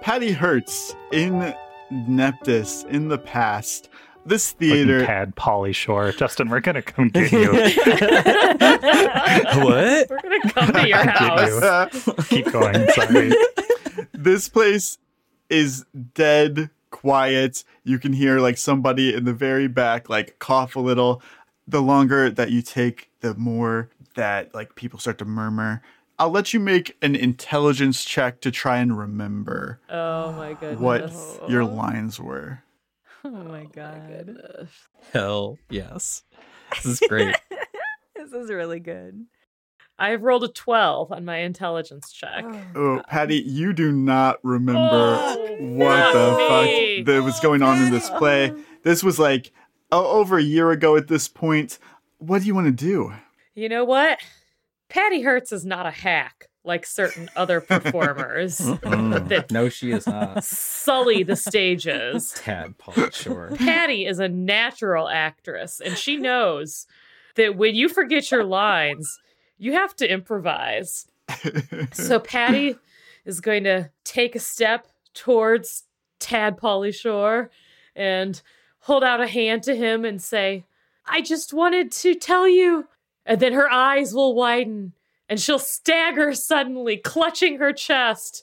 [SPEAKER 5] Patty Hertz in Neptis in the past. This theater.
[SPEAKER 4] Pad Polly Shore. Justin, we're going to come get you.
[SPEAKER 2] [LAUGHS] what?
[SPEAKER 3] We're going to come to your
[SPEAKER 5] [LAUGHS]
[SPEAKER 3] house.
[SPEAKER 4] Keep going.
[SPEAKER 3] [LAUGHS]
[SPEAKER 4] Sorry.
[SPEAKER 5] this place is dead quiet. You can hear like somebody in the very back like cough a little. The longer that you take, the more that like people start to murmur. I'll let you make an intelligence check to try and remember
[SPEAKER 3] Oh my goodness.
[SPEAKER 5] what
[SPEAKER 3] Oh.
[SPEAKER 5] your lines were.
[SPEAKER 1] Oh my god.
[SPEAKER 6] Hell yes. This is great.
[SPEAKER 1] this is really good.
[SPEAKER 3] I have rolled a 12 on my intelligence check.
[SPEAKER 5] Oh, Patty, you do not remember
[SPEAKER 3] Oh,
[SPEAKER 5] what the
[SPEAKER 3] Patty.
[SPEAKER 5] fuck that was going on in this play. This was like o- over a year ago at this point. What do you want to do?
[SPEAKER 3] You know what? Patty Hertz is not a hack like certain other performers that
[SPEAKER 6] No, she is not.
[SPEAKER 3] sully the stages.
[SPEAKER 6] Tadpole, sure.
[SPEAKER 3] [LAUGHS] Patty is a natural actress, and she knows that when you forget your lines, you have to improvise. So Patty is going to take a step towards Tad Shore and hold out a hand to him and say, I just wanted to tell you. And then her eyes will widen and she'll stagger suddenly, clutching her chest.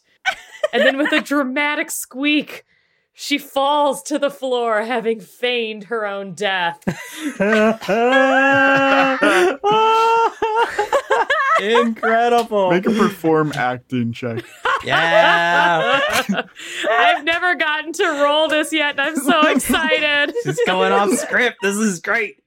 [SPEAKER 3] And then with a dramatic squeak, she falls to the floor, having feigned her own death.
[SPEAKER 6] Incredible.
[SPEAKER 5] Make a perform acting check.
[SPEAKER 6] Yeah.
[SPEAKER 3] I've never gotten to roll this yet, and I'm so excited.
[SPEAKER 6] She's going off script. This is great.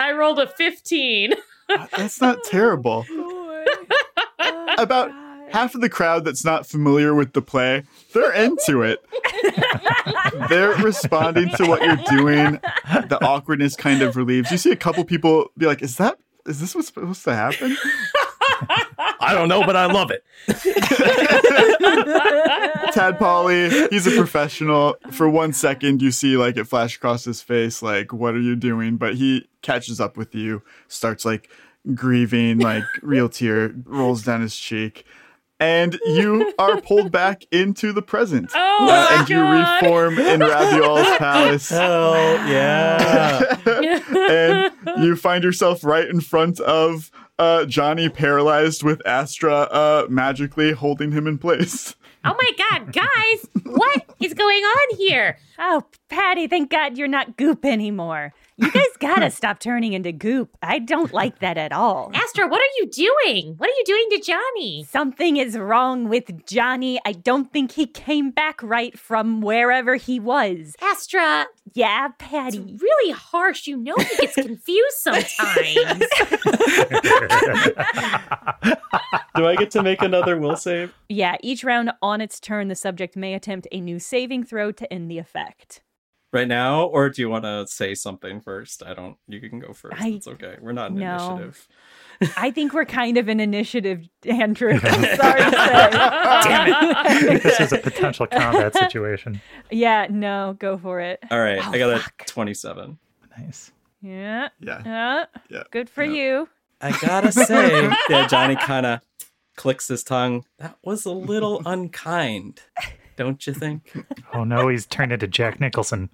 [SPEAKER 3] I rolled a 15.
[SPEAKER 5] Uh, That's not terrible.
[SPEAKER 1] Oh
[SPEAKER 5] About half of the crowd that's not familiar with the play, they're into it. they're responding to what you're doing. The awkwardness kind of relieves. You see a couple people be like, "Is that? Is this what's supposed to happen?"
[SPEAKER 6] I don't know, but I love it.
[SPEAKER 5] Tad Polly, he's a professional. For one second, you see like it flash across his face, like, what are you doing? But he catches up with you, starts like grieving,
[SPEAKER 3] [LAUGHS]
[SPEAKER 5] like real tear rolls down his cheek. And you are pulled back into the present. Uh,
[SPEAKER 3] Oh my
[SPEAKER 5] and you
[SPEAKER 3] God.
[SPEAKER 5] reform in
[SPEAKER 3] [LAUGHS]
[SPEAKER 5] Raviol's palace.
[SPEAKER 6] Hell yeah.
[SPEAKER 5] and you find yourself right in front of uh, Johnny, paralyzed with Astra uh, magically holding him in place. [LAUGHS]
[SPEAKER 3] Oh my god, guys, what is going on here?
[SPEAKER 1] [LAUGHS] Oh, Patty, thank God you're not goop anymore. You guys [LAUGHS] gotta stop turning into goop. I don't like that at all.
[SPEAKER 3] Astra, what are you doing? What are you doing to Johnny?
[SPEAKER 1] Something is wrong with Johnny. I don't think he came back right from wherever he was.
[SPEAKER 3] Astra,
[SPEAKER 1] Yeah, Patty.
[SPEAKER 3] really harsh. You know he
[SPEAKER 1] [LAUGHS]
[SPEAKER 3] gets confused sometimes.
[SPEAKER 6] Do I get to make another will save?
[SPEAKER 1] Yeah, each round on its turn, the subject may attempt a new saving throw to end the effect.
[SPEAKER 6] Right now, or do you want to say something first? I don't. You can go first.
[SPEAKER 1] I-
[SPEAKER 6] it's okay. We're not an
[SPEAKER 1] No.
[SPEAKER 6] initiative.
[SPEAKER 1] I think we're kind of an initiative,
[SPEAKER 4] [LAUGHS]
[SPEAKER 1] Andrew. I'm sorry to say.
[SPEAKER 4] this is a potential combat situation.
[SPEAKER 1] Yeah, no, go for it.
[SPEAKER 6] All right, I got a twenty-seven.
[SPEAKER 4] Nice.
[SPEAKER 1] Yeah.
[SPEAKER 5] Yeah.
[SPEAKER 1] Yeah.
[SPEAKER 5] Yeah.
[SPEAKER 1] Good for you.
[SPEAKER 6] I gotta say, [LAUGHS] yeah, Johnny kind of clicks his tongue. That was a [LAUGHS] little unkind, don't you think?
[SPEAKER 4] Oh no, he's turned into Jack Nicholson.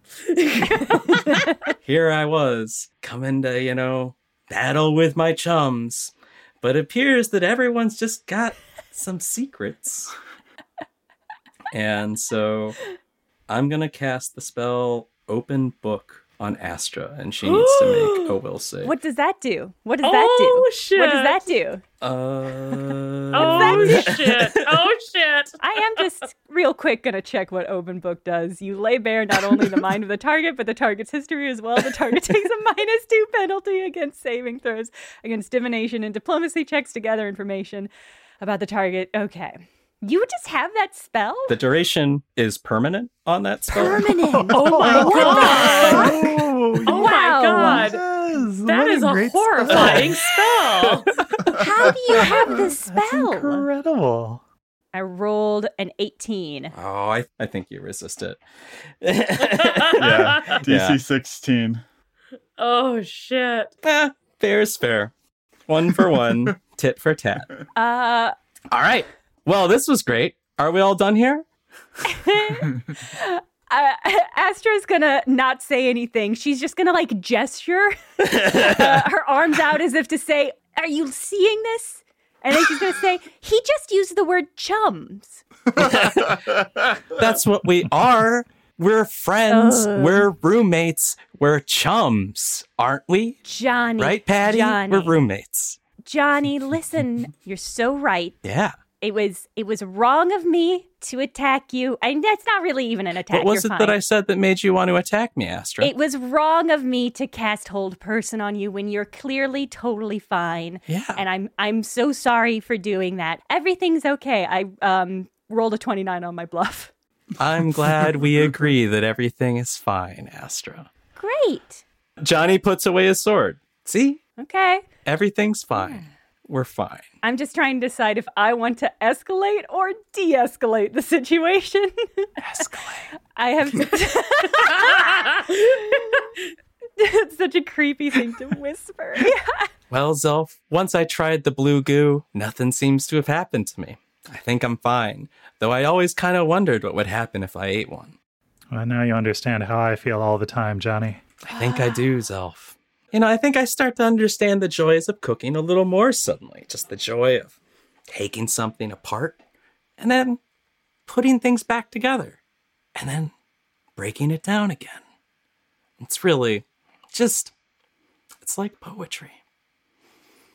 [SPEAKER 6] Here I was coming to, you know, battle with my chums, but it appears that everyone's just got some secrets. And so I'm gonna cast the spell open book on Astra, and she needs to make a will save.
[SPEAKER 1] What does that do? What does that do?
[SPEAKER 3] Oh,
[SPEAKER 1] What does that do?
[SPEAKER 6] Uh,
[SPEAKER 1] Oh,
[SPEAKER 6] [LAUGHS]
[SPEAKER 1] What's
[SPEAKER 3] that shit. Oh
[SPEAKER 1] [LAUGHS]
[SPEAKER 3] shit.
[SPEAKER 1] I am just real quick gonna check what open book does. You lay bare not only the mind of the target, but the target's history as well. The target takes a minus two penalty against saving throws, against divination and diplomacy checks to gather information about the target. Okay. You just have that spell?
[SPEAKER 6] the duration is permanent on that
[SPEAKER 4] [LAUGHS]
[SPEAKER 6] spell.
[SPEAKER 1] Permanent.
[SPEAKER 3] Oh my
[SPEAKER 1] [LAUGHS]
[SPEAKER 3] god.
[SPEAKER 5] Oh,
[SPEAKER 3] Oh my god. That is a horrifying spell.
[SPEAKER 1] How do you have this
[SPEAKER 4] That's
[SPEAKER 1] spell?
[SPEAKER 4] incredible.
[SPEAKER 1] I rolled an 18.
[SPEAKER 6] Oh, I, I think you resist it.
[SPEAKER 5] Yeah. DC
[SPEAKER 6] Yeah.
[SPEAKER 5] 16.
[SPEAKER 3] Oh shit.
[SPEAKER 1] [LAUGHS]
[SPEAKER 6] Eh, fair is fair. One for one, tit for tat.
[SPEAKER 1] Uh
[SPEAKER 6] All right. Well, this was great. Are we all done here?
[SPEAKER 1] uh, [LAUGHS] Astra's gonna not say anything. She's just gonna like gesture [LAUGHS] uh, her arms out as if to say, Are you seeing this? And then she's gonna say, He just used the word chums.
[SPEAKER 6] That's what we are. We're friends.
[SPEAKER 1] Uh.
[SPEAKER 6] We're roommates. We're chums, aren't we?
[SPEAKER 1] Johnny.
[SPEAKER 6] Right, Patty?
[SPEAKER 1] Johnny.
[SPEAKER 6] We're roommates.
[SPEAKER 1] Johnny, listen, you're so right.
[SPEAKER 6] Yeah.
[SPEAKER 1] It was it was wrong of me to attack you. And that's not really even an attack.
[SPEAKER 6] what was it
[SPEAKER 1] you're
[SPEAKER 6] that I
[SPEAKER 1] fine.
[SPEAKER 6] said that made you want to attack me, Astra?
[SPEAKER 1] It was wrong of me to cast hold person on you when you're clearly totally fine.
[SPEAKER 6] Yeah.
[SPEAKER 1] And I'm I'm so sorry for doing that. Everything's okay. I um rolled a 29 on my bluff.
[SPEAKER 6] I'm glad
[SPEAKER 1] [LAUGHS]
[SPEAKER 6] we agree that everything is fine, Astra.
[SPEAKER 1] Great.
[SPEAKER 6] Johnny puts away his sword. See?
[SPEAKER 1] Okay.
[SPEAKER 6] Everything's fine. We're fine.
[SPEAKER 1] I'm just trying to decide if I want to escalate or de-escalate the situation. [LAUGHS] Escalate. I [LAUGHS] have It's such [LAUGHS] a creepy thing to whisper.
[SPEAKER 6] Well, Zelf, once I tried the blue goo, nothing seems to have happened to me. I think I'm fine, though I always kind of wondered what would happen if I ate one.
[SPEAKER 4] Well, now you understand how I feel all the time, Johnny.
[SPEAKER 6] I think I do, Zelf. You know, I think I start to understand the joys of cooking a little more suddenly. Just the joy of taking something apart and then putting things back together and then breaking it down again. It's really just, it's like poetry.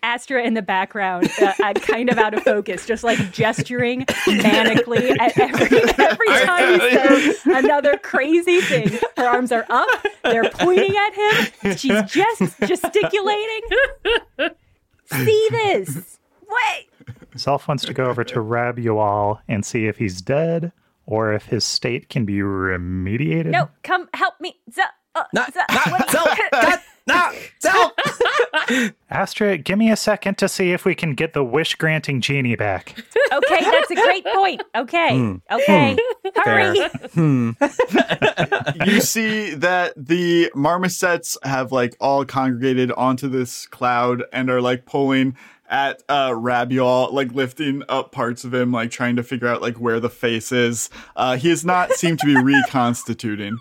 [SPEAKER 1] Astra in the background, uh, uh, kind of out of focus, just like gesturing manically at every every time he says another crazy thing. Her arms are up; they're pointing at him. She's just gesticulating. See this? Wait.
[SPEAKER 4] Self wants to go over to Rabual and see if he's dead or if his state can be remediated.
[SPEAKER 1] No, come help me. Z- uh,
[SPEAKER 6] Not,
[SPEAKER 1] Z-
[SPEAKER 6] not,
[SPEAKER 1] what-
[SPEAKER 6] Zelf, not, not, Zelf!
[SPEAKER 4] Astra, give me a second to see if we can get the wish granting genie back.
[SPEAKER 1] okay, that's a great point. Okay,
[SPEAKER 6] Hmm.
[SPEAKER 1] okay. Hurry.
[SPEAKER 5] you see that the marmosets have like all congregated onto this cloud and are like pulling at uh Rabial, like lifting up parts of him, like trying to figure out like where the face is. Uh he does not seem to be reconstituting.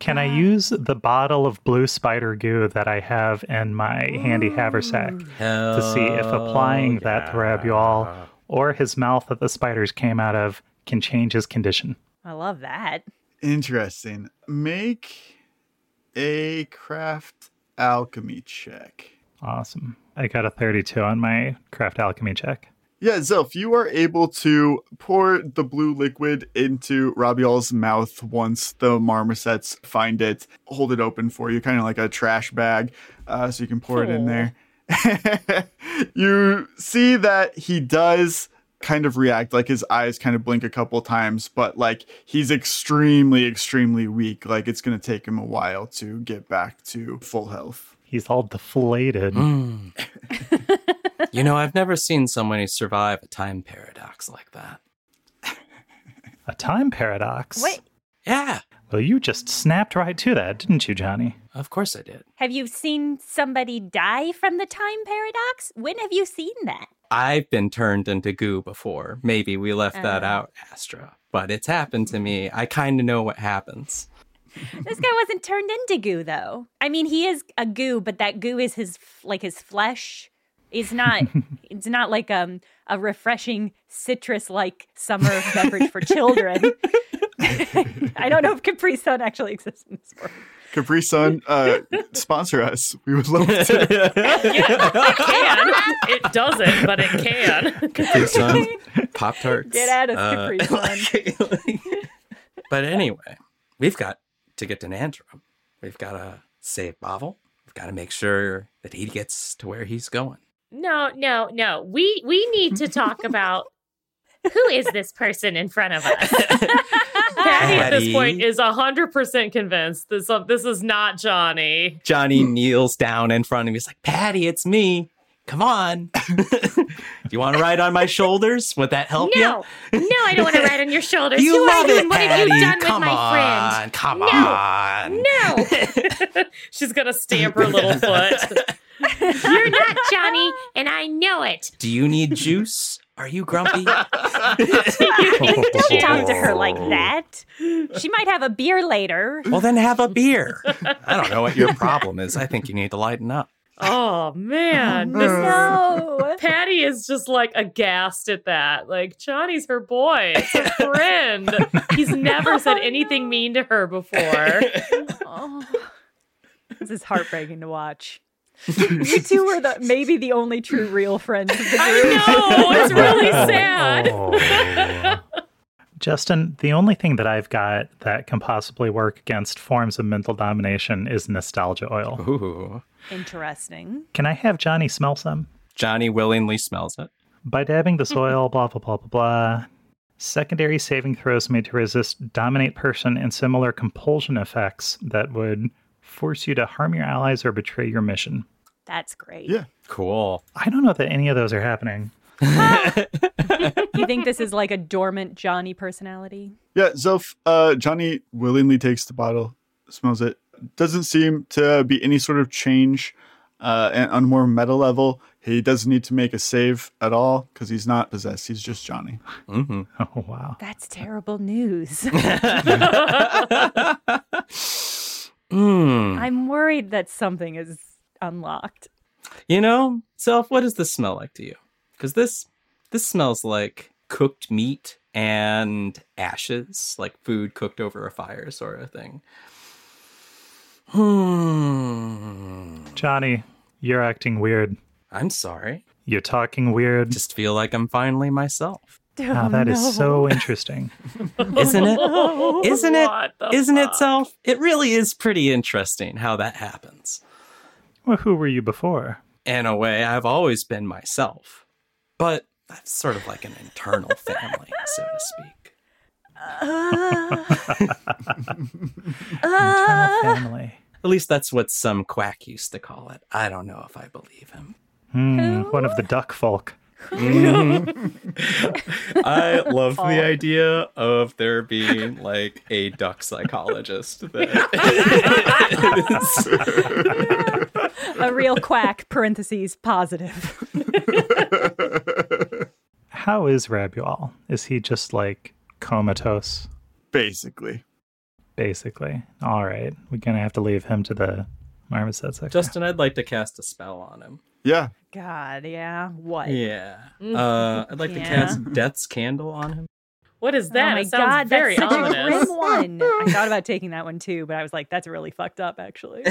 [SPEAKER 4] Can I use the bottle of blue spider goo that I have in my handy haversack to see if applying that to Rabual or his mouth that the spiders came out of can change his condition?
[SPEAKER 1] I love that.
[SPEAKER 5] Interesting. Make a craft alchemy check.
[SPEAKER 4] Awesome. I got a 32 on my craft alchemy check.
[SPEAKER 5] Yeah, Zelf, you are able to pour the blue liquid into Rabial's mouth once the marmosets find it, hold it open for you, kind of like a trash bag, uh, so you can pour it in there. [LAUGHS] you see that he does kind of react, like his eyes kind of blink a couple times, but like he's extremely, extremely weak. Like it's going to take him a while to get back to full health.
[SPEAKER 4] He's all deflated.
[SPEAKER 6] You know, I've never seen someone who survive a time paradox like that.
[SPEAKER 4] A time paradox.
[SPEAKER 1] Wait,
[SPEAKER 6] Yeah,
[SPEAKER 4] Well, you just snapped right to that, didn't you, Johnny?
[SPEAKER 6] of course I did.
[SPEAKER 1] have you seen somebody die from the time paradox? When have you seen that?
[SPEAKER 6] I've been turned into goo before. Maybe we left that out, Astra, but it's happened to me. I kind of know what happens.
[SPEAKER 1] This guy wasn't turned into goo though. I mean, he is a goo, but that goo is his like his flesh. It's not it's not like um a refreshing citrus like summer beverage for children. [LAUGHS] I don't know if Capri Sun actually exists in this world.
[SPEAKER 5] Capri Sun, uh, sponsor us. We would love to.
[SPEAKER 3] [LAUGHS] it can. It doesn't, but it can.
[SPEAKER 2] Capri Sun, Pop Tarts.
[SPEAKER 1] Get at us,
[SPEAKER 3] Uh,
[SPEAKER 1] Capri
[SPEAKER 3] [LAUGHS]
[SPEAKER 1] Sun.
[SPEAKER 6] [LAUGHS] But anyway, we've got to get to Nantrum. We've got to save Bovel. We've got to make sure that he gets to where he's going.
[SPEAKER 3] No, no, no. We we need to talk about who is this person in front of us. Patty at this point
[SPEAKER 2] Patty.
[SPEAKER 3] is hundred percent convinced that some, this is not Johnny.
[SPEAKER 2] Johnny kneels down in front of me. He's like, Patty, it's me. Come on. [LAUGHS] Do you want to ride on my shoulders? Would that help you?
[SPEAKER 3] No, no, I don't want
[SPEAKER 2] [LAUGHS]
[SPEAKER 3] to ride on your shoulders.
[SPEAKER 2] You
[SPEAKER 3] who
[SPEAKER 2] love
[SPEAKER 3] are you
[SPEAKER 2] it,
[SPEAKER 3] and what
[SPEAKER 2] Patty.
[SPEAKER 3] have you done
[SPEAKER 2] come
[SPEAKER 3] with my
[SPEAKER 2] on.
[SPEAKER 3] friend?
[SPEAKER 2] Come
[SPEAKER 3] No.
[SPEAKER 2] on.
[SPEAKER 3] No.
[SPEAKER 2] [LAUGHS]
[SPEAKER 3] [LAUGHS] She's gonna stamp her little foot. You're not Johnny, and I know it.
[SPEAKER 2] Do you need juice? Are you
[SPEAKER 3] [LAUGHS]
[SPEAKER 2] grumpy?
[SPEAKER 1] Don't talk to her
[SPEAKER 3] Oh.
[SPEAKER 1] like that. She might have a beer later.
[SPEAKER 2] Well, then have
[SPEAKER 3] [LAUGHS]
[SPEAKER 2] a beer. I don't know what your problem is. I think you need to lighten up.
[SPEAKER 3] Oh man,
[SPEAKER 1] [LAUGHS]
[SPEAKER 3] this
[SPEAKER 1] No.
[SPEAKER 3] Patty is just like aghast at that. Like Johnny's her boy, it's her friend. He's never said anything mean to her before.
[SPEAKER 1] Oh. This is heartbreaking to
[SPEAKER 3] [LAUGHS]
[SPEAKER 1] watch. You two were the maybe the only true real friends of the group.
[SPEAKER 3] No, it's
[SPEAKER 1] [LAUGHS]
[SPEAKER 3] really
[SPEAKER 4] [LAUGHS]
[SPEAKER 3] sad.
[SPEAKER 4] Justin, the only thing that I've got that can possibly work against forms of mental domination is nostalgia oil.
[SPEAKER 2] Ooh.
[SPEAKER 1] Interesting.
[SPEAKER 4] Can I have Johnny smell some?
[SPEAKER 2] Johnny willingly smells it.
[SPEAKER 4] By dabbing the soil, blah, blah, blah, blah, blah. Secondary saving throws made to resist dominate person and similar compulsion effects that would force you to harm your allies or betray your mission.
[SPEAKER 1] That's great.
[SPEAKER 5] Yeah.
[SPEAKER 2] Cool.
[SPEAKER 4] I don't know that any of those are happening. [LAUGHS]
[SPEAKER 1] You think this is like a dormant Johnny personality?
[SPEAKER 5] Yeah, Zelf, uh, Johnny willingly takes the bottle, smells it. Doesn't seem to be any sort of change uh, and on a more meta level. He doesn't need to make a save at all because he's not possessed. He's just Johnny. [LAUGHS]
[SPEAKER 2] Mm-hmm.
[SPEAKER 3] [LAUGHS]
[SPEAKER 2] [LAUGHS]
[SPEAKER 4] Oh, wow.
[SPEAKER 1] That's terrible
[SPEAKER 6] [LAUGHS]
[SPEAKER 1] news.
[SPEAKER 2] Mm.
[SPEAKER 1] I'm worried that something is unlocked.
[SPEAKER 6] You know, self, what does this smell like to you? Because this this smells like cooked meat and ashes, like food cooked over a fire, sort of thing. Hmm.
[SPEAKER 4] Johnny, you're acting weird.
[SPEAKER 6] I'm sorry.
[SPEAKER 4] You're talking weird.
[SPEAKER 6] Just feel like I'm finally myself,
[SPEAKER 4] Wow,
[SPEAKER 1] [LAUGHS]
[SPEAKER 4] that is so interesting.
[SPEAKER 6] isn't it?
[SPEAKER 3] [LAUGHS]
[SPEAKER 6] Isn't it?
[SPEAKER 3] What the
[SPEAKER 6] Isn't it,
[SPEAKER 3] fuck?
[SPEAKER 6] self? It really is pretty interesting how that happens.
[SPEAKER 4] well, who were you before?
[SPEAKER 6] In a way, I've always been myself, but that's sort of like an
[SPEAKER 3] [LAUGHS]
[SPEAKER 6] internal family, so to speak.
[SPEAKER 1] Ah.
[SPEAKER 6] [LAUGHS]
[SPEAKER 4] Internal family.
[SPEAKER 6] At least that's what some quack used to call it. I don't know if I believe him.
[SPEAKER 4] Hmm, one of the duck folk.
[SPEAKER 2] I love the idea of there being like a duck psychologist. That
[SPEAKER 6] [LAUGHS]
[SPEAKER 1] A real quack, parentheses, positive.
[SPEAKER 4] How is Rabual? Is he just like comatose,
[SPEAKER 5] Basically.
[SPEAKER 4] basically? All right, we're gonna have to leave him to the marmoset section.
[SPEAKER 6] Justin, I'd like to cast a spell on him.
[SPEAKER 5] Yeah.
[SPEAKER 1] God, yeah. What?
[SPEAKER 6] Yeah.
[SPEAKER 3] mm-hmm.
[SPEAKER 6] Uh, I'd like to cast Death's Candle on him.
[SPEAKER 3] What is
[SPEAKER 1] oh
[SPEAKER 3] that?
[SPEAKER 1] my
[SPEAKER 3] it sounds
[SPEAKER 1] god,
[SPEAKER 3] very
[SPEAKER 1] that's such
[SPEAKER 3] ominous.
[SPEAKER 1] a grim one. [LAUGHS] I thought about taking that one too, but I was like, that's really fucked up,
[SPEAKER 6] [LAUGHS]
[SPEAKER 1] actually.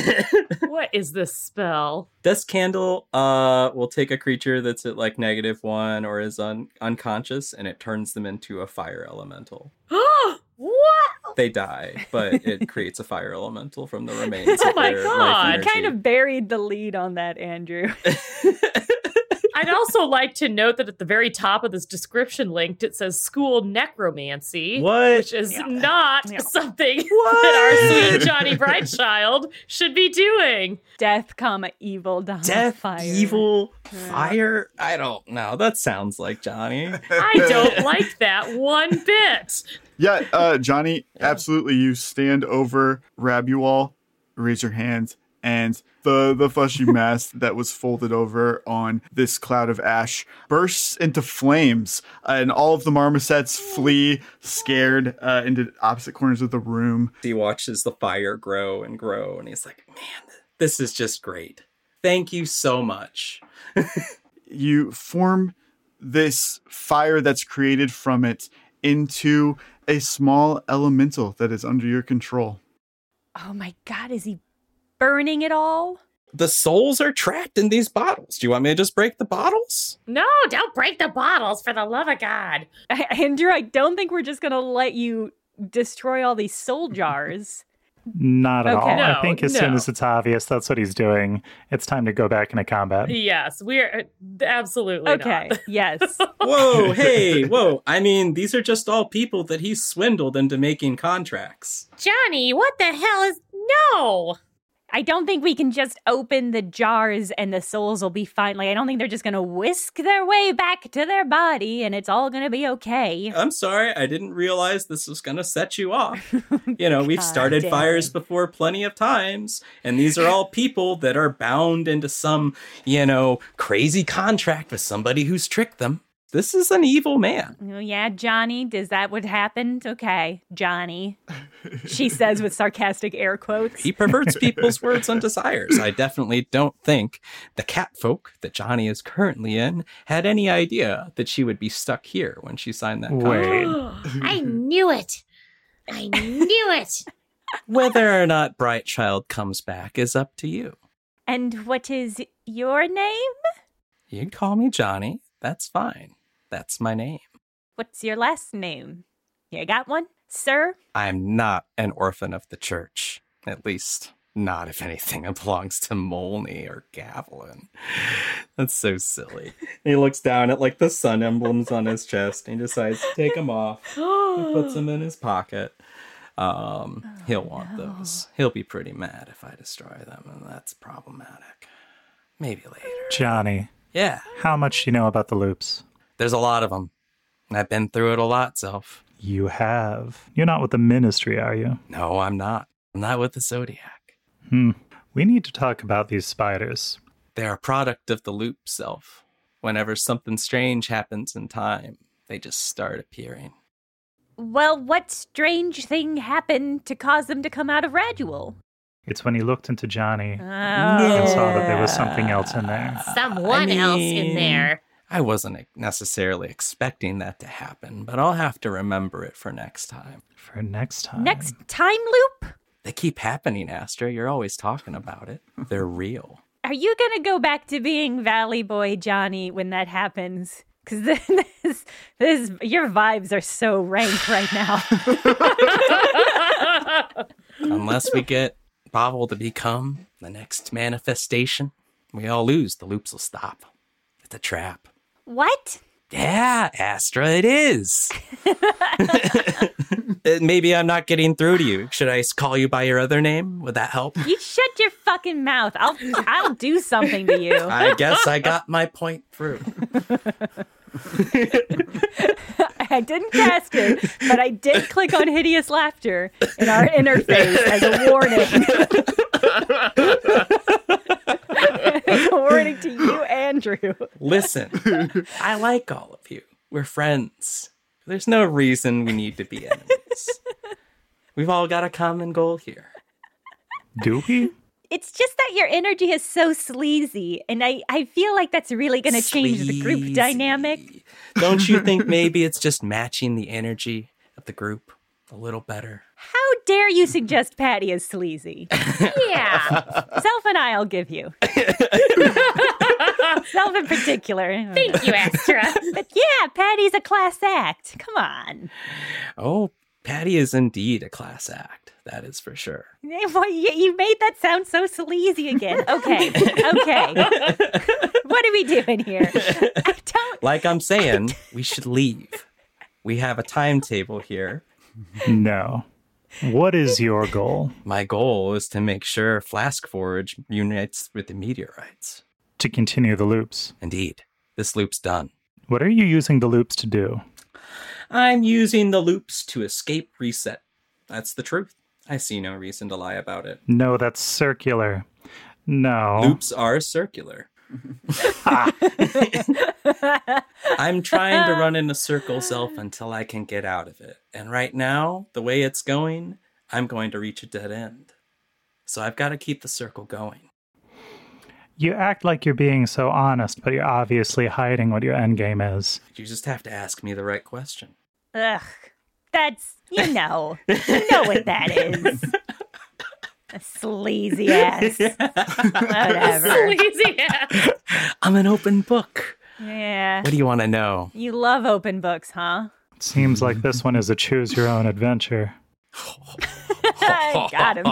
[SPEAKER 3] What is this spell? [GASPS]
[SPEAKER 6] Death's Candle uh, will take a creature that's at like negative one or is un- unconscious and it turns them into a fire elemental.
[SPEAKER 3] what?
[SPEAKER 6] They die, but
[SPEAKER 3] [LAUGHS]
[SPEAKER 6] it creates a fire elemental from the remains.
[SPEAKER 3] Oh
[SPEAKER 6] of
[SPEAKER 3] my
[SPEAKER 6] their
[SPEAKER 3] God.
[SPEAKER 6] life
[SPEAKER 1] You kind
[SPEAKER 6] energy.
[SPEAKER 1] of buried the lead on that, Andrew. [LAUGHS]
[SPEAKER 3] I'd also like to note that at the very top of this description linked, it says school necromancy,
[SPEAKER 6] What?
[SPEAKER 3] which is not
[SPEAKER 1] Yeah.
[SPEAKER 3] something [LAUGHS] that our sweet Johnny Brightchild should be doing.
[SPEAKER 1] Death, comma, evil, dom-
[SPEAKER 6] Death,
[SPEAKER 1] fire.
[SPEAKER 6] evil, fire. I don't know. That sounds like Johnny.
[SPEAKER 3] I don't like that one bit.
[SPEAKER 5] Yeah, uh, Johnny, absolutely. You stand over Rabual, raise your hand, and the the fleshy mass that was folded over on this cloud of ash bursts into flames, and all of the marmosets flee, scared, uh, into opposite corners of the room.
[SPEAKER 6] he watches the fire grow and grow and he's like man this is just great thank you so much
[SPEAKER 5] you form this fire that's created from it into a small elemental that is under your control.
[SPEAKER 1] Oh my god, is he burning it all?
[SPEAKER 6] The souls are trapped in these bottles. Do you want me to just break the bottles?
[SPEAKER 3] No, don't break the bottles for the love of God.
[SPEAKER 1] Andrew, I don't think we're just gonna let you destroy all these soul jars.
[SPEAKER 4] Not at
[SPEAKER 1] Okay.
[SPEAKER 4] all.
[SPEAKER 3] No,
[SPEAKER 4] I think as soon
[SPEAKER 3] no.
[SPEAKER 4] as it's obvious that's what he's doing, it's time to go back into combat.
[SPEAKER 3] Yes, we're absolutely
[SPEAKER 1] okay,
[SPEAKER 3] Not.
[SPEAKER 1] yes.
[SPEAKER 6] Whoa, hey, whoa. I mean, these are just all people that he swindled into making contracts.
[SPEAKER 3] Johnny, what the hell is no?
[SPEAKER 1] I don't think we can just open the jars and the souls will be fine. Like, I don't think they're just gonna whisk their way back to their body and it's all gonna be okay.
[SPEAKER 6] I'm sorry, I didn't realize this was going to set you
[SPEAKER 1] [LAUGHS]
[SPEAKER 6] off. You know, we've
[SPEAKER 1] Oh God
[SPEAKER 6] started
[SPEAKER 1] damn.
[SPEAKER 6] fires before plenty of times, and these are all people that are bound into some, you know, crazy contract with somebody who's tricked them. This is an evil man.
[SPEAKER 1] Oh, yeah, Johnny, does that what happened? Okay, Johnny. She says with sarcastic air quotes.
[SPEAKER 6] He
[SPEAKER 1] [LAUGHS]
[SPEAKER 6] perverts people's words and desires. I definitely don't think the cat folk that Johnny is currently in had any idea that she would be stuck here when she signed that contract.
[SPEAKER 4] Wait.
[SPEAKER 3] [GASPS] I knew it. I knew it.
[SPEAKER 6] Whether or not Bright Child comes back is up to you.
[SPEAKER 1] And what is your name?
[SPEAKER 6] You can call me Johnny. That's fine. That's my name.
[SPEAKER 1] What's your last name? You got one, sir?
[SPEAKER 6] I'm not an orphan of the church. At least, not if anything [LAUGHS] it belongs to Molney or Gavelin. That's so silly. he looks down at like the sun emblems on his chest and he decides to take them off. He puts them in his pocket. Um, he'll want those. He'll be pretty mad if I destroy them, and that's problematic. Maybe later.
[SPEAKER 4] Johnny,
[SPEAKER 6] Yeah,
[SPEAKER 4] how much do you know about the loops?
[SPEAKER 6] there's a lot of them. I've been through it a lot, self.
[SPEAKER 4] You have. You're not with the ministry, are you?
[SPEAKER 6] No, I'm not. I'm not with the Zodiac.
[SPEAKER 4] Hmm. We need to talk about these spiders.
[SPEAKER 6] They're a product of the loop self. Whenever something strange happens in time, they just start appearing.
[SPEAKER 1] Well, what strange thing happened to cause them to come out of Radual?
[SPEAKER 4] It's when he looked into Johnny
[SPEAKER 1] Oh.
[SPEAKER 4] and saw that there was something else in there.
[SPEAKER 3] Someone
[SPEAKER 6] I
[SPEAKER 3] else in
[SPEAKER 6] mean-
[SPEAKER 3] there.
[SPEAKER 6] I wasn't e-, necessarily expecting that to happen, but I'll have to remember it for next time.
[SPEAKER 4] For next time.
[SPEAKER 1] Uh, Next time loop?
[SPEAKER 6] They keep happening, Astra. You're always talking about it. They're real.
[SPEAKER 1] Are you going to go back to being Valley Boy Johnny when that happens? Because [LAUGHS] this, this, your vibes are so rank
[SPEAKER 4] [LAUGHS]
[SPEAKER 1] right now.
[SPEAKER 6] Unless
[SPEAKER 3] [LAUGHS]
[SPEAKER 6] we get Pavel to become the next manifestation, we all lose. The loops will stop. It's a trap.
[SPEAKER 1] what?
[SPEAKER 6] Yeah, Astra, it is. Uh, Maybe I'm not getting through to you. Should I s- call you by your other name? Would that help?
[SPEAKER 1] You shut your fucking mouth. I'll, I'll do something to you.
[SPEAKER 6] I guess I got my point through.
[SPEAKER 1] I didn't cast it, but I did click on hideous laughter in our interface as a warning. [LAUGHS] as a warning to you, Andrew.
[SPEAKER 6] Listen, I like all of you. We're friends. There's no reason we need to be enemies. We've all got a common goal here.
[SPEAKER 4] Do we?
[SPEAKER 1] It's just that your energy is so sleazy, and I, I feel like that's really going to change the group
[SPEAKER 6] Sleazy.
[SPEAKER 1] dynamic.
[SPEAKER 6] Don't you think maybe it's just matching the energy of the group a little better?
[SPEAKER 1] How dare you suggest Patty is sleazy?
[SPEAKER 3] Yeah.
[SPEAKER 1] Self and I'll give you. Self in particular.
[SPEAKER 3] Thank
[SPEAKER 6] [LAUGHS]
[SPEAKER 3] you, Astra.
[SPEAKER 1] But yeah, Patty's a class act. Come on.
[SPEAKER 6] Oh, Patty is indeed a class act. That is for sure.
[SPEAKER 1] [LAUGHS] Why- You you made that sound so sleazy again. Okay, okay. what are we doing here? I don't.
[SPEAKER 6] Like I'm saying, we should leave. We have a timetable here.
[SPEAKER 4] No. What is your goal?
[SPEAKER 6] My goal is to make sure Flask Forge unites with the meteorites.
[SPEAKER 4] To continue the loops.
[SPEAKER 6] Indeed, this loop's done.
[SPEAKER 4] What are you using the loops to do?
[SPEAKER 6] I'm using the loops to escape reset. That's the truth. I see no reason to lie about it.
[SPEAKER 4] No, that's circular. No.
[SPEAKER 6] Loops are circular. I'm trying to run in a circle self until I can get out of it. And right now, the way it's going, I'm going to reach a dead end. So I've got to keep the circle going.
[SPEAKER 4] You act like you're being so honest, but you're obviously hiding what your endgame is.
[SPEAKER 6] You just have to ask me the right question.
[SPEAKER 1] Ugh. That's, you know, you know what that is. A sleazy ass. Whatever.
[SPEAKER 3] Sleazy ass.
[SPEAKER 2] I'm an open book.
[SPEAKER 1] Yeah.
[SPEAKER 2] What do you want to know?
[SPEAKER 1] You love open books, huh? [LAUGHS]
[SPEAKER 4] Seems like this one is a choose your own adventure.
[SPEAKER 1] Got him.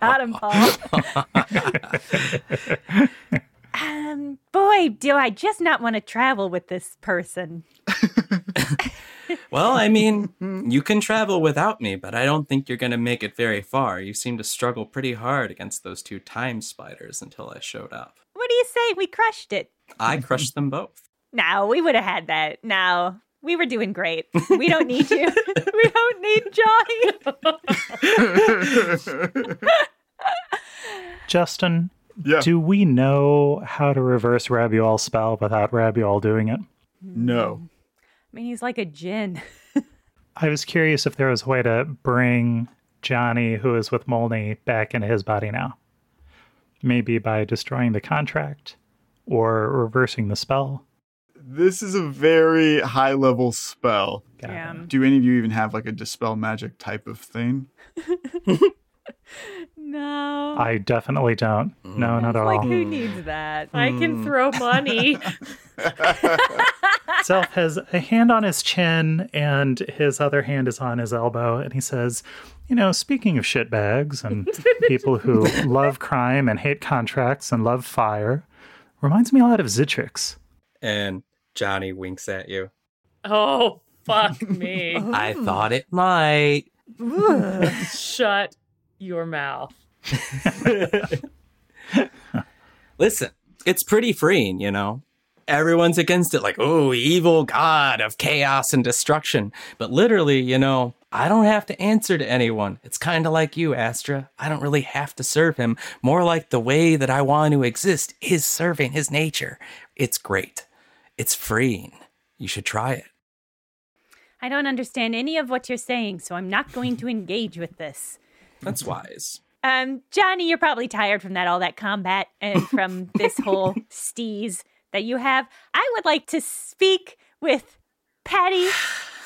[SPEAKER 1] Got him, Paul. um, boy, do I just not want to travel with this person.
[SPEAKER 6] Well, I mean, you can travel without me, but I don't think you're going to make it very far. You seem to struggle pretty hard against those two time spiders until I showed up.
[SPEAKER 1] What do you say? We crushed it.
[SPEAKER 6] I crushed them both.
[SPEAKER 1] No, we would have had that. No, we were doing great. We don't need you. [LAUGHS] we don't need Johnny.
[SPEAKER 4] Justin,
[SPEAKER 5] Yeah.
[SPEAKER 4] do we know how to reverse Rabiol spell without Rabiol doing it?
[SPEAKER 5] no.
[SPEAKER 1] I mean, he's like a djinn. [LAUGHS]
[SPEAKER 4] I was curious if there was a way to bring Johnny, who is with Molney, back into his body now. Maybe by destroying the contract or reversing the spell.
[SPEAKER 5] This is a very high level spell.
[SPEAKER 4] Got it.
[SPEAKER 1] Yeah.
[SPEAKER 5] Do any of you even have like a dispel magic type of thing?
[SPEAKER 1] No.
[SPEAKER 4] I definitely don't. No, not at
[SPEAKER 1] like, [LAUGHS]
[SPEAKER 4] all.
[SPEAKER 1] who needs that?
[SPEAKER 3] I can throw money.
[SPEAKER 4] Self has a hand on his chin and his other hand is on his elbow. And he says, You know, speaking of shitbags and people who love crime and hate contracts and love fire, reminds me a lot of Zitrix.
[SPEAKER 6] And Johnny winks at you.
[SPEAKER 3] Oh, fuck me.
[SPEAKER 6] I thought it might.
[SPEAKER 3] Shut your mouth.
[SPEAKER 6] Listen, it's pretty freeing, you know? Everyone's against it, like, oh, evil god of chaos and destruction. But literally, you know, I don't have to answer to anyone. It's kind of like you, Astra. I don't really have to serve him. More like the way that I want to exist is serving his nature. It's great. It's freeing. You should try it.
[SPEAKER 1] I don't understand any of what you're saying, so I'm not going to engage with this.
[SPEAKER 6] That's wise.
[SPEAKER 1] Um, Johnny, you're probably tired from that all that combat and from this whole steez that you have. I would like to speak with Patty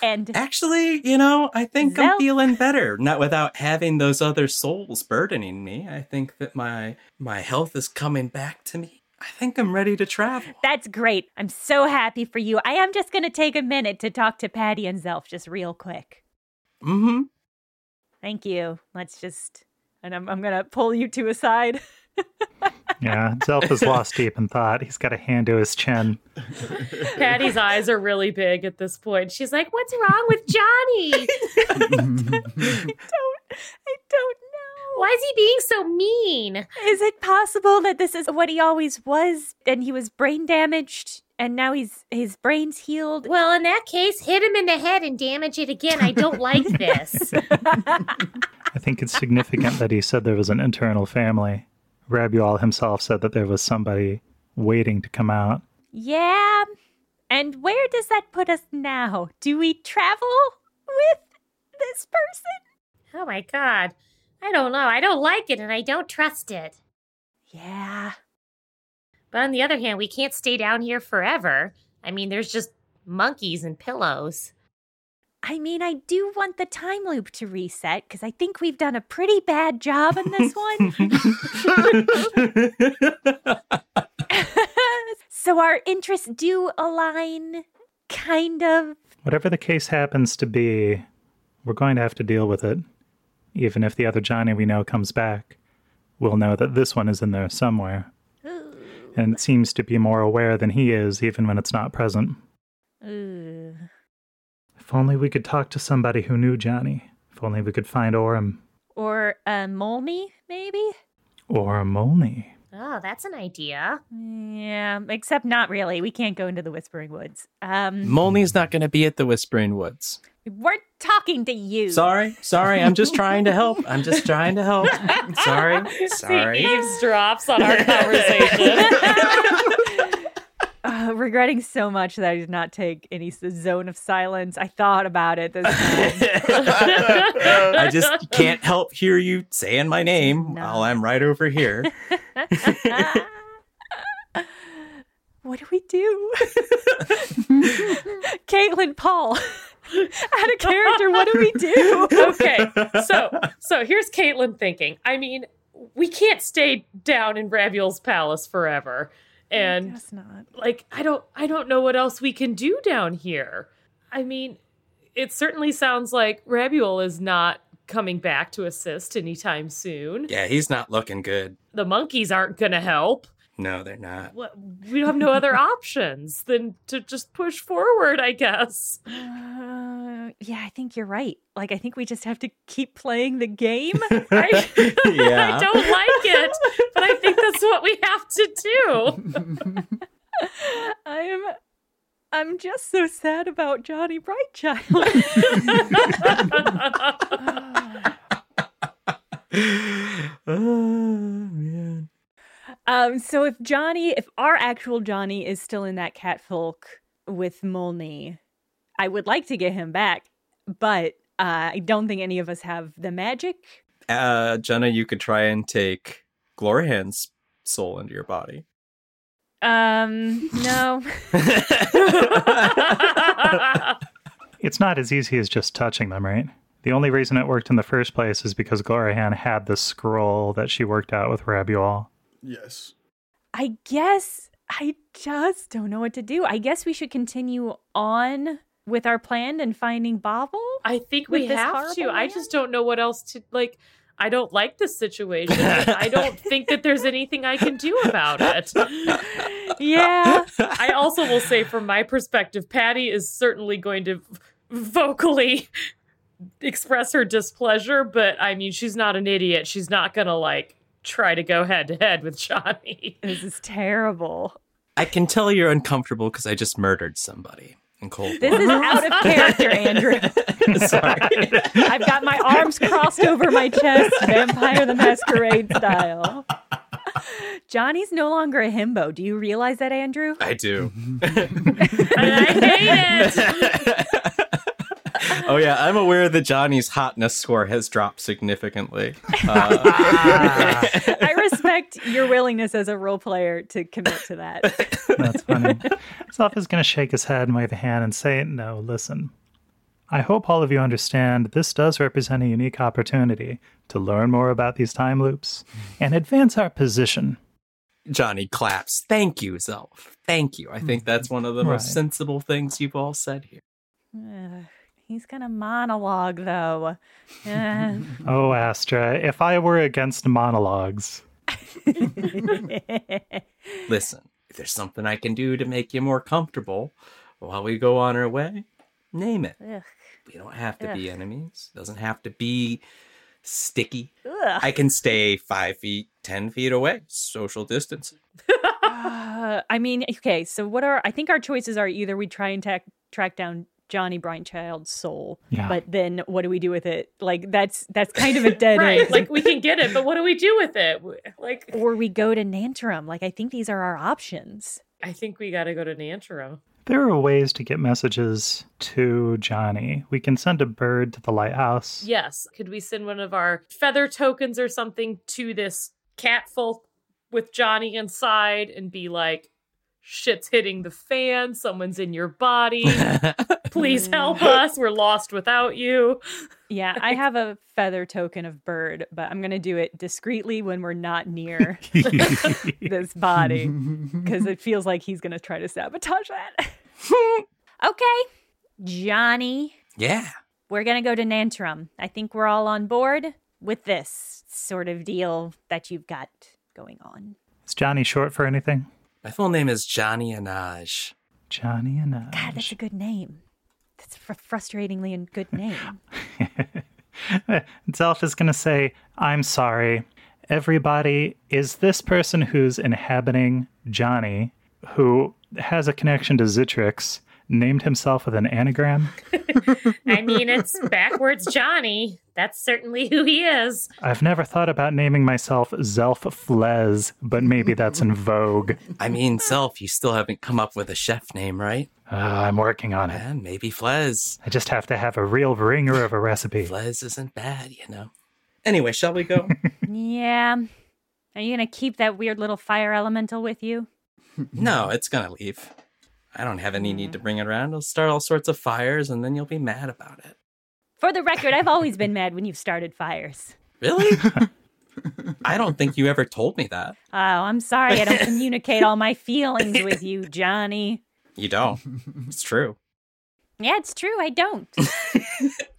[SPEAKER 1] and
[SPEAKER 6] [SIGHS] Actually, you know, I think
[SPEAKER 1] Zelf.
[SPEAKER 6] I'm feeling better. Not without having those other souls burdening me. I think that my my health is coming back to me. I think I'm ready to travel.
[SPEAKER 1] That's great. I'm so happy for you. I am just going to take a minute to talk to Patty and Zelf just real quick.
[SPEAKER 6] Mm-hmm.
[SPEAKER 1] Thank you. Let's just and I'm I'm going to pull you two [LAUGHS] aside.
[SPEAKER 4] Yeah, Zelf is lost deep in thought. He's got a hand to his chin.
[SPEAKER 3] Patty's eyes are really big at this point. She's like, What's wrong with Johnny?
[SPEAKER 1] I don't know.
[SPEAKER 3] Why is he being so mean?
[SPEAKER 1] Is it possible that this is what he always was and he was brain damaged and now he's his brain's healed?
[SPEAKER 3] Well, in that case, hit him in the head and damage it again. I don't [LAUGHS] like this.
[SPEAKER 4] I think it's significant that he said there was an internal family. Rabuel himself said that there was somebody waiting to come out.
[SPEAKER 1] Yeah. And where does that put us now? Do we travel with this person?
[SPEAKER 3] oh my god. I don't know. I don't like it and I don't trust it.
[SPEAKER 1] Yeah.
[SPEAKER 3] But on the other hand, we can't stay down here forever. I mean, there's just monkeys and pillows.
[SPEAKER 1] I mean, I do want the time loop to reset because I think we've done a pretty bad job in this one. [LAUGHS] so our interests do align, kind of.
[SPEAKER 4] Whatever the case happens to be, we're going to have to deal with it. Even if the other Johnny we know comes back, we'll know that this one is in there somewhere. And seems to be more aware than he is, even when it's not present.
[SPEAKER 1] Ooh.
[SPEAKER 4] If only we could talk to somebody who knew Johnny. If only we could find Orm.
[SPEAKER 1] Or uh, Molmy, maybe?
[SPEAKER 4] Or Molney.
[SPEAKER 3] Oh, that's an idea.
[SPEAKER 1] Yeah, except not really. We can't go into the Whispering Woods. Um,
[SPEAKER 6] Molney's not going to be at the Whispering Woods.
[SPEAKER 1] we weren't talking to you.
[SPEAKER 6] Sorry, sorry. I'm just trying to help. I'm just trying to help. Sorry,
[SPEAKER 3] [LAUGHS] He
[SPEAKER 6] sorry.
[SPEAKER 3] eavesdrops on our conversation.
[SPEAKER 1] Uh, [SIGHS] regretting so much that I did not take any s- zone of silence. I thought about it this time.
[SPEAKER 6] I just can't help hear you saying my name
[SPEAKER 1] No.
[SPEAKER 6] while I'm right over here.
[SPEAKER 1] what do we do? Caitlin, Paul, Out of character, what do we do?
[SPEAKER 3] okay, so so here's Caitlin thinking. I mean, we can't stay down in Raviol's palace forever, and
[SPEAKER 1] Guess not.
[SPEAKER 3] like I don't I don't know what else we can do down here. I mean, it certainly sounds like Raviol is not coming back to assist anytime soon.
[SPEAKER 6] Yeah, he's not looking good.
[SPEAKER 3] The monkeys aren't going to help.
[SPEAKER 6] No, they're
[SPEAKER 3] [LAUGHS]
[SPEAKER 6] not.
[SPEAKER 3] What, we have no other options than to just push forward, I guess.
[SPEAKER 1] Uh, yeah, I think you're right. Like, I think we just have to keep playing the game.
[SPEAKER 3] I,
[SPEAKER 6] Yeah.
[SPEAKER 3] I don't like it, but I think that's what we have to do.
[SPEAKER 1] I'm, I'm just so sad about Johnny Brightchild. [LAUGHS]
[SPEAKER 6] [SIGHS] Oh, man.
[SPEAKER 1] um, so if Johnny, if our actual Johnny is still in that catfolk with Molney, I would like to get him back, but uh, I don't think any of us have the magic.
[SPEAKER 2] Uh, Jenna, you could try and take Glorhan's soul into
[SPEAKER 1] [LAUGHS]
[SPEAKER 2] your body.
[SPEAKER 1] Um, no. [LAUGHS]
[SPEAKER 4] It's not as easy as just touching them, right? The only reason it worked in the first place is because Glorahan had the scroll that she worked out with Rabuel.
[SPEAKER 5] Yes.
[SPEAKER 1] I guess I just don't know what to do. I guess we should continue on with our plan and finding Bobble.
[SPEAKER 3] I think
[SPEAKER 1] With
[SPEAKER 3] we
[SPEAKER 1] this
[SPEAKER 3] have to.
[SPEAKER 1] horrible
[SPEAKER 3] I
[SPEAKER 1] man?
[SPEAKER 3] just don't know what else to like. I don't like this situation. but I don't think that there's anything I can do about it. [LAUGHS]
[SPEAKER 1] yeah.
[SPEAKER 3] I also will say, from my perspective, Patty is certainly going to vocally express her displeasure, but I mean, she's not an idiot. She's not going to like try to go head to head with Johnny.
[SPEAKER 1] This is terrible.
[SPEAKER 6] I can tell you're uncomfortable because I just murdered somebody in cold
[SPEAKER 1] This
[SPEAKER 6] [LAUGHS]
[SPEAKER 3] [LAUGHS]
[SPEAKER 1] is out of character,
[SPEAKER 2] [LAUGHS]
[SPEAKER 1] Andrew.
[SPEAKER 6] Sorry. [LAUGHS]
[SPEAKER 1] I've got my arms crossed over my chest, Vampire the Masquerade style. Johnny's no longer a himbo. Do you realize that, Andrew?
[SPEAKER 6] I [LAUGHS] do.
[SPEAKER 3] And I hate it.
[SPEAKER 2] Oh yeah, I'm aware that Johnny's hotness score has dropped significantly.
[SPEAKER 1] [LAUGHS]
[SPEAKER 2] Uh,
[SPEAKER 1] I respect your willingness as a role player to commit to
[SPEAKER 3] [LAUGHS]
[SPEAKER 1] that.
[SPEAKER 4] That's funny. Soph is going to shake his head and wave a hand and say, No, listen. I hope all of you understand this does represent a unique opportunity to learn more about these time loops and advance our position.
[SPEAKER 6] Johnny claps. Thank you, Zelf. Thank you. I
[SPEAKER 1] Mm-hmm.
[SPEAKER 6] think that's one of the
[SPEAKER 4] Right.
[SPEAKER 6] most sensible things you've all said here.
[SPEAKER 1] Ugh, he's gonna monologue though. [LAUGHS] Ugh.
[SPEAKER 4] Oh, Astra, if I were against monologues,
[SPEAKER 6] Listen, if there's something I can do to make you more comfortable while we go on our way, name it.
[SPEAKER 1] Ugh.
[SPEAKER 6] We don't have to be enemies. Doesn't have to be sticky.
[SPEAKER 1] Ugh.
[SPEAKER 6] I can stay five feet, ten feet away. Social distancing.
[SPEAKER 1] [LAUGHS] Uh, I mean, okay, so what are I think our choices are either we try and tack track down Johnny Brightchild's soul,
[SPEAKER 4] Yeah.
[SPEAKER 1] but then what do we do with it? Like that's that's kind of a [LAUGHS] dead
[SPEAKER 3] Right.
[SPEAKER 1] end.
[SPEAKER 3] Like, we can get it, but what do we do with it? Like,
[SPEAKER 1] or we go to Nantrum. Like I think these are our options.
[SPEAKER 3] I think we got to go to Nantro.
[SPEAKER 4] there are ways to get messages to Johnny. We can send a bird to the lighthouse.
[SPEAKER 3] Yes. Could we send one of our feather tokens or something to this cat folk with Johnny inside and be like, shit's hitting the fan, someone's in your body. Please help us. We're lost without you.
[SPEAKER 1] Yeah, I have a feather token of bird, but I'm gonna do it discreetly when we're not near [LAUGHS] this body because it feels like he's gonna try to sabotage that. [LAUGHS] okay, Johnny.
[SPEAKER 6] Yeah.
[SPEAKER 1] we're going to go to Nantrum. I think we're all on board with this sort of deal that you've got going on.
[SPEAKER 4] Is Johnny short for anything?
[SPEAKER 6] My full name is Johnny Anaj.
[SPEAKER 4] Johnny and I. [LAUGHS]
[SPEAKER 1] God, that's a good name. That's a fr- frustratingly a good name.
[SPEAKER 4] Zelf is going to say, I'm sorry. Everybody, is this person who's inhabiting Johnny, who has a connection to Zitrix, named himself with an anagram?
[SPEAKER 3] I mean, it's backwards Johnny. That's certainly who he is.
[SPEAKER 4] I've never thought about naming myself Zelf Flez, but maybe that's in vogue.
[SPEAKER 6] I mean, Zelf, you still haven't come up with a chef name, right?
[SPEAKER 4] Uh, I'm working on it.
[SPEAKER 6] Man, maybe Flez.
[SPEAKER 4] I just have to have a real ringer of a recipe.
[SPEAKER 6] Flez isn't bad, you know. Anyway, shall we go?
[SPEAKER 1] yeah. Are you going to keep that weird little fire elemental with you?
[SPEAKER 6] no, it's gonna leave.
[SPEAKER 2] I don't have any need to bring it around. It'll start all sorts of fires, and then you'll be mad about it.
[SPEAKER 1] For the record, I've always been mad when you've started fires.
[SPEAKER 2] Really? I don't think you ever told me that.
[SPEAKER 1] Oh, I'm sorry I don't communicate all my feelings with you, Johnny.
[SPEAKER 2] You don't. It's true.
[SPEAKER 1] Yeah, it's true. I don't.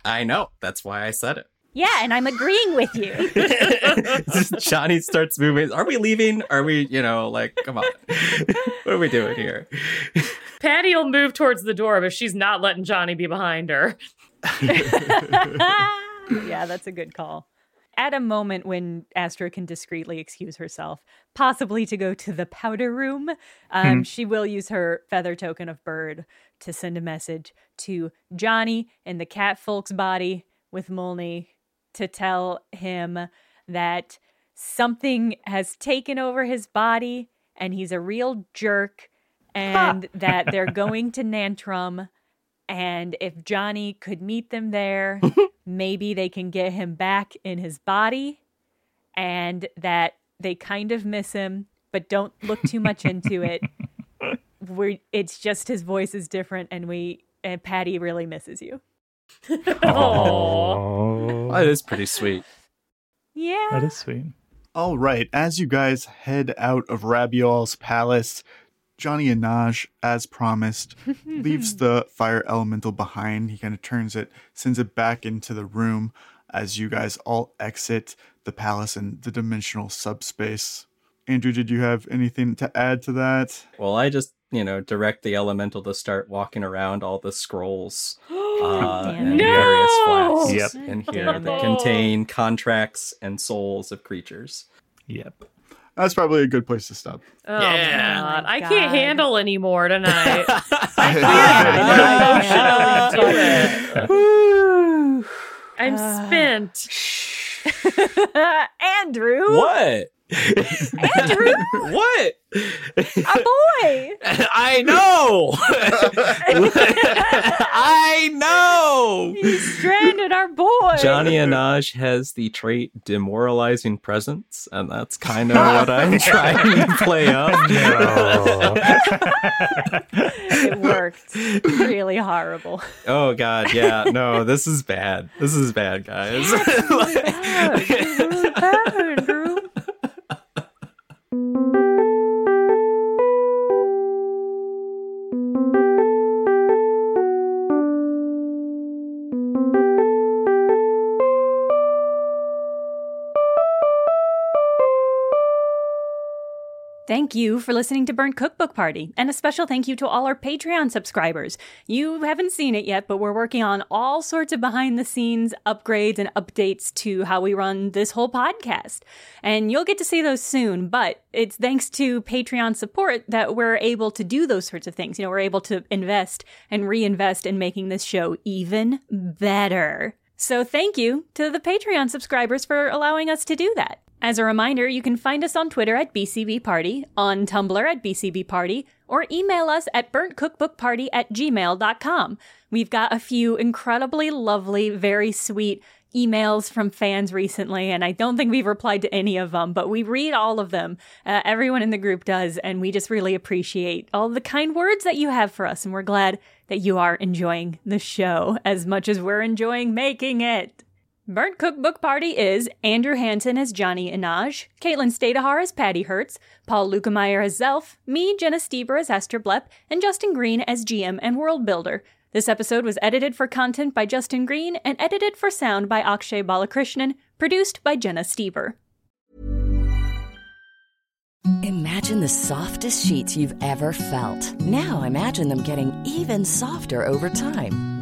[SPEAKER 2] I know. That's why I said it. [LAUGHS]
[SPEAKER 1] Yeah, and I'm agreeing with you.
[SPEAKER 2] Johnny starts moving. Are we leaving? Are we, you know, like, come on. what are we doing here?
[SPEAKER 3] Patty will move towards the door, but she's not letting Johnny be behind her.
[SPEAKER 1] yeah, that's a good call. At a moment when Astra can discreetly excuse herself, possibly to go to the powder room, um,
[SPEAKER 4] Hmm.
[SPEAKER 1] she will use her feather token of bird to send a message to Johnny in the cat folk's body with Mulney to tell him that something has taken over his body and he's a real jerk and that they're going to Nantrum and if Johnny could meet them there, maybe they can get him back in his body and that they kind of miss him, but don't look too much into
[SPEAKER 4] [LAUGHS]
[SPEAKER 1] it. We're, it's just his voice is different and we and Patty really misses you.
[SPEAKER 4] Oh,
[SPEAKER 2] That is pretty sweet.
[SPEAKER 1] Yeah.
[SPEAKER 4] that is sweet.
[SPEAKER 5] All right, as you guys head out of Rabiol's palace, Johnny and Naj, as promised, leaves the fire elemental behind. He kind of turns it, sends it back into the room as you guys all exit the palace and the dimensional subspace. Andrew, did you have anything to add to that?
[SPEAKER 2] Well, I just, you know, direct the elemental to start walking around all the scrolls uh,
[SPEAKER 1] Damn
[SPEAKER 2] and
[SPEAKER 1] it.
[SPEAKER 2] various
[SPEAKER 3] No!
[SPEAKER 2] flasks
[SPEAKER 4] Yep.
[SPEAKER 2] in here that
[SPEAKER 3] No.
[SPEAKER 2] contain contracts and souls of creatures.
[SPEAKER 4] Yep.
[SPEAKER 5] That's probably a good place to stop. [LAUGHS]
[SPEAKER 3] Oh,
[SPEAKER 2] Yeah.
[SPEAKER 3] God.
[SPEAKER 1] Oh my
[SPEAKER 3] I can't
[SPEAKER 1] God.
[SPEAKER 3] handle anymore tonight.
[SPEAKER 5] [LAUGHS]
[SPEAKER 1] Yeah.
[SPEAKER 3] I can't do it. I'm spent.
[SPEAKER 1] Uh, Andrew,
[SPEAKER 2] What?
[SPEAKER 1] Andrew,
[SPEAKER 2] what? [LAUGHS]
[SPEAKER 4] [LAUGHS]
[SPEAKER 1] a boy.
[SPEAKER 2] I know. [LAUGHS] I know.
[SPEAKER 1] He stranded our boy.
[SPEAKER 2] Johnny Anaj has the trait demoralizing presence, and that's kind of what I'm trying to play up.
[SPEAKER 1] It worked.
[SPEAKER 4] [LAUGHS]
[SPEAKER 1] really horrible.
[SPEAKER 2] Oh god, yeah, no, this is bad. This is bad, guys. [LAUGHS]
[SPEAKER 1] Andrew. Thank you for listening to Burnt Cookbook Party, and a special thank you to all our Patreon subscribers. You haven't seen it yet, but we're working on all sorts of behind the scenes upgrades and updates to how we run this whole podcast. And you'll get to see those soon, but it's thanks to Patreon support that we're able to do those sorts of things. You know, we're able to invest and reinvest in making this show even better. So thank you to the Patreon subscribers for allowing us to do that. As a reminder, you can find us on Twitter at BCB Party, on Tumblr at BCB Party, or email us at burntcookbookparty at gmail.com. We've got a few incredibly lovely, very sweet emails from fans recently, and I don't think we've replied to any of them, but we read all of them. Uh, everyone in the group does, and we just really appreciate all the kind words that you have for us, and we're glad that you are enjoying the show as much as we're enjoying making it. Burnt Cookbook Party is Andrew Hansen as Johnny Inaj, Caitlin Stadahar as Patty Hertz, Paul Lukemeyer as Zelf, me, Jenna Stieber as Esther Blepp, and Justin Green as GM and World Builder. This episode was edited for content by Justin Green and edited for sound by Akshay Balakrishnan, produced by Jenna Stieber.
[SPEAKER 8] Imagine the softest sheets you've ever felt. Now imagine them getting even softer over time.